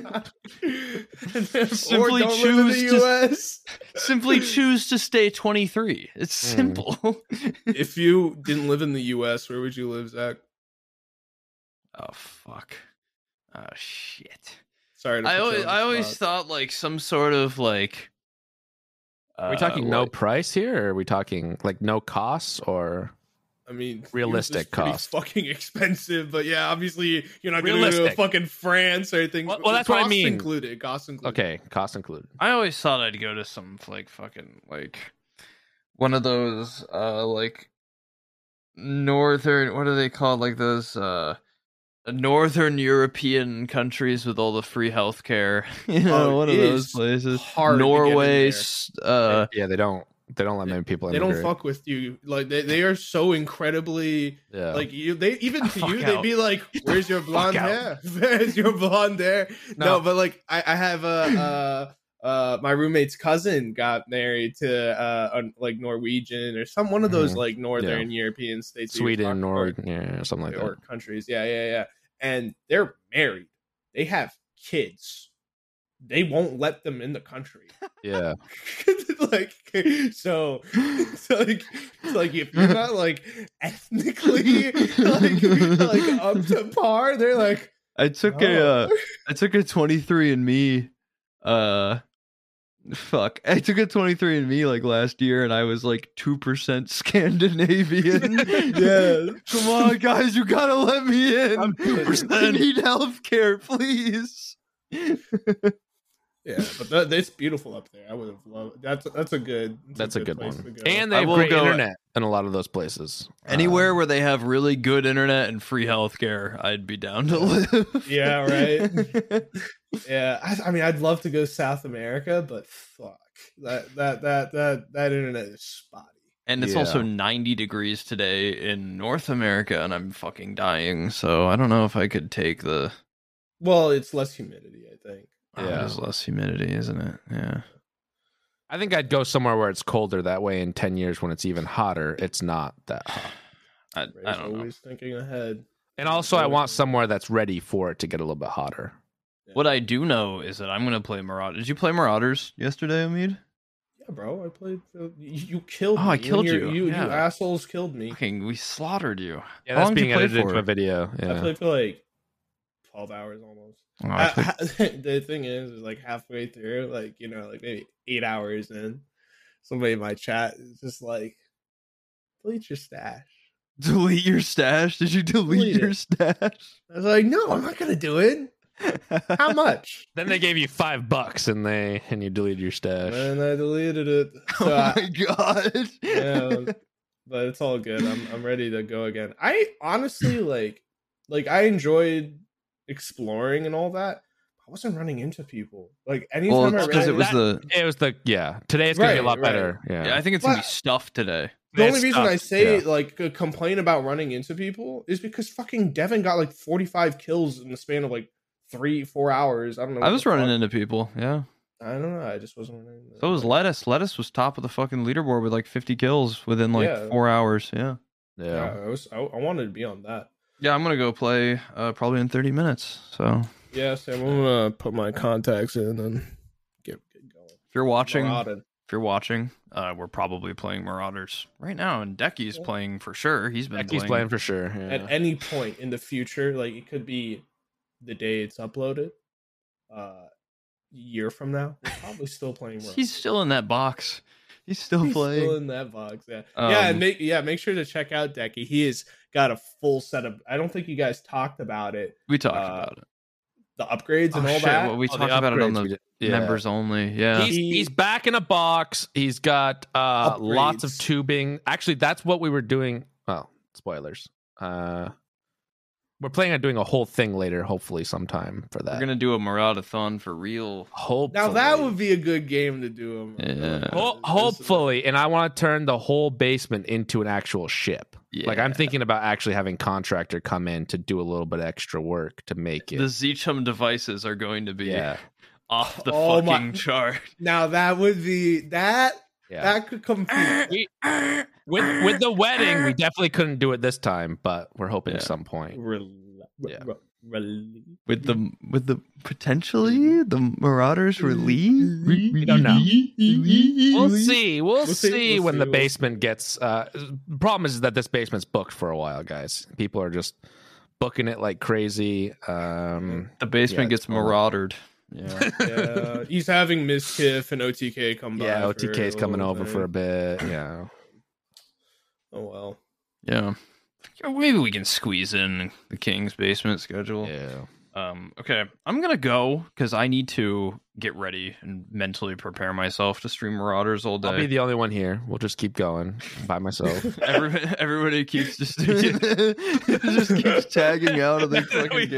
D: Simply
A: choose to-
D: US.
A: Simply choose to stay 23. It's
B: Hmm.
A: simple. Oh,
D: if you didn't live in the US, where would you live, Zach?
A: oh fuck. Oh shit.
D: Sorry, to
A: I
D: put you
A: always
D: on the
A: I always
D: spot.
A: thought like some sort of like
B: are we
A: uh,
B: talking no
A: like-
B: price here? Or are we talking like no costs or
D: I mean, it's
B: Realistic
D: pretty
B: cost.
D: fucking expensive, but yeah, obviously you're not going to go to
B: Realistic.
D: fucking France or anything.
B: Well- well, that's what I
D: costs
B: mean.
D: Included, costs included.
B: okay, cost included?
A: I always thought I'd go to some like fucking like one of those uh like northern what are they called like those uh northern European countries with all the free healthcare. You know,
D: Oh,
A: one of
D: it
A: those
D: is
A: places.
D: hard to get in
A: Norway
D: there.
A: s- uh
B: yeah, they don't they don't let many people.
D: They don't
B: immigrate.
D: fuck with you. Like they, they are so incredibly
B: Yeah.
D: like you. They even to
A: Fuck
D: you,
A: out.
D: they'd be like, "Where's your blonde
A: out.
D: hair? Where's your blonde hair?" No,
B: No.
D: but like I, I have a. Uh, uh, my roommate's cousin got married to uh, a, like Norwegian or some one of those
B: Mhm.
D: like northern European states, that you talked
B: Sweden,
D: about.
B: Norway, yeah, something like
D: or
B: that.
D: countries. Yeah, yeah, yeah. And they're married. They have kids. They won't let them in the country.
B: Yeah,
D: like so, it's like it's like if you're not like ethnically like like up to par, they're like "Oh."
A: I took a
D: "No."
A: uh, I took a 23 and me uh fuck. I took a 23 and me like last year and I was like 2% Scandinavian.
D: yeah.
A: Come on guys, you got to let me in.
D: I'm 2%.
A: I need health care, please.
D: Yeah, but that, that's beautiful up there. I would have loved. That's that's a good.
B: that's a good
D: place
B: one.
D: to go.
B: And
A: I
B: they have
A: will
B: great
A: go-
B: internet in a lot of those places. Um,
D: Uh,
A: Anywhere where they have really good internet and free health care, I'd be down to live.
D: Yeah, right. Yeah, I, I mean, I'd love to go South America, but fuck that that that that that internet is spotty.
A: and it's
B: Yeah.
A: also 90 degrees today in North America and I'm fucking dying, so I don't know if I could take the
D: Well, it's less humidity, I think.
A: yeah.
B: Yeah.
A: there's less humidity, isn't it? Yeah.
B: I think I'd go somewhere where it's colder. That way, in ten years, when it's even hotter, it's not that hot.
A: I, I
D: Ray's
A: don't know.
D: always thinking ahead.
B: And also, I want somewhere that's ready for it to get a little bit hotter.
A: What I do know is that I'm gonna play Marauders. Did you play Marauders yesterday, Amid?
D: Yeah, bro, I played. You, you killed.
A: Oh,
D: me.
A: I killed
D: you're-
A: you.
D: You, you
A: Yeah.
D: assholes killed me.
A: Fucking, we slaughtered you.
B: Yeah,
A: How
B: that's
A: long did you
B: being
A: play
B: edited
A: for?
B: into a video.
D: I
B: Yeah.
D: played for like twelve hours almost.
A: Oh, I
D: I,
A: played-
D: I- the thing is, is like halfway through, like you know, like maybe eight hours in, somebody in my chat is just like, "Delete your stash."
A: delete your stash. Did you delete,
D: Delete
A: your
D: it.
A: stash?
D: I was like, "No, I'm not gonna do it." How much?
B: then they gave you five bucks, and they and you deleted your stash.
D: And I deleted it. So
E: oh
D: I,
E: my god!
D: yeah, but it's all good. I'm I'm ready to go again. I honestly like like I enjoyed exploring and all that. I wasn't running into people. Like anytime
A: well,
D: I
A: it's
D: ran
A: because it was
D: into-
A: the.
B: It was the yeah. Today it's gonna be a
D: Right,
B: lot
D: right.
B: better. Yeah.
A: Yeah, I think it's gonna be
D: Well,
A: stuffed today.
D: the only
B: It's
D: reason
B: tough.
D: I say
B: Yeah.
D: like c- complain about running into people is because fucking Devin got like 45 kills in the span of like three four hours. I don't know.
A: I
D: what
A: was
D: the fuck.
A: running into people. Yeah,
D: I don't know. I just wasn't. remembering that.
A: So was Lettuce. Lettuce was top of the fucking leaderboard with like 50 kills within like
D: Yeah.
A: four hours. Yeah.
D: Yeah, I was. I, I wanted to be on that.
A: Yeah, I'm gonna go play uh, probably in 30 minutes. So
D: Yeah, Sam. I'm gonna put my contacts in and get, get going.
A: if you're watching,
D: Marauding.
A: if you're watching, uh, we're probably playing Marauders right now, and Decky's
D: Yeah.
A: playing for sure. He's been
B: Becky's
A: playing.
B: playing for sure.
D: At any point in the future, like it could be the day it's uploaded, uh, year from now, we're probably still playing. Marauders.
A: He's still in that box. He's still
D: He's
A: playing.
D: still in that box. Yeah, yeah,
A: Um,
D: and make yeah, make sure to check out Decky. He has got a full set of. I don't think you guys talked about it.
A: we talked
D: uh,
A: about it.
D: The upgrades and
A: Oh,
D: all
A: shit,
D: that.
A: well, we talked about it on the members only. Yeah.
B: He's,
D: He-
B: he's back in a box. He's got uh, lots of
D: Upgrades.
B: tubing. Actually, that's what we were doing. Well, spoilers. Uh, we're planning on doing a whole thing later, hopefully, sometime for
A: We're
B: that.
A: gonna do a Maraudathon for real.
B: hopefully.
D: now that would be a good game to do. uh, him.
A: Yeah.
B: Ho- hopefully, and I want to turn the whole basement into an actual ship. Like I'm
A: Yeah.
B: thinking about actually having contractor come in to do a little bit extra work to make it.
A: The Zechum devices are going to be
B: yeah,
A: off the
D: Oh my-
A: fucking chart.
D: Now that would be that
B: yeah.
D: that could compete.
B: With with the wedding, we definitely couldn't do it this time, but we're hoping at
A: Yeah.
B: some point. Yeah.
A: with the with the potentially the Marauders were Lee.
B: We don't know. We'll see. We'll,
D: We'll
B: see,
D: see, we'll
B: when
D: see,
B: the
D: we'll-
B: basement gets. Uh, problem is that this basement's booked for a while, guys. People are just booking it like crazy. Um,
A: The basement
B: Yeah,
A: gets
B: it's cool.
A: marauded. Yeah,
D: Yeah, he's having Miss Kiff and OTK come by.
B: yeah,
D: for
B: OTK is
D: a
B: coming
D: little
B: over
D: thing.
B: for a bit. Yeah.
D: Oh well.
A: yeah. Maybe we can squeeze in the King's basement schedule.
B: Yeah.
A: Um, okay, I'm gonna go because I need to get ready and mentally prepare myself to stream Marauders all
B: I'll be
A: day.
B: the only one here. We'll just keep going by myself.
A: Everybody, everybody keeps just doing
E: it just keeps tagging out of the fucking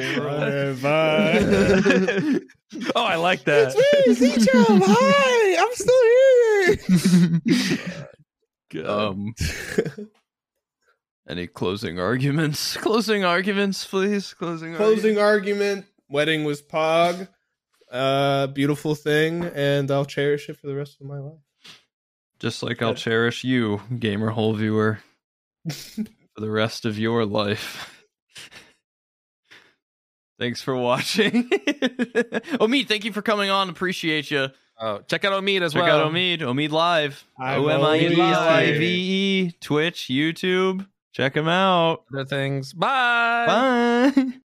E: game.
B: oh, I like that.
D: Hi, I'm still here.
A: Um, any closing arguments? Closing arguments, please. Closing.
D: Closing argument. Wedding was Pog. Uh, beautiful thing, and I'll cherish it for the rest of my life.
A: Just like I'll cherish you, gamer hole viewer, for the rest of your life. Thanks for watching. Omid, thank you for coming on. Appreciate you.
B: Oh, check out Omid as
A: Check
B: well.
A: out Omid. Omid Live.
D: I'm
A: O M I
D: Omid
A: D I
D: Live.
A: V E. Twitch, YouTube. Check him out.
B: Other things. Bye.
A: Bye.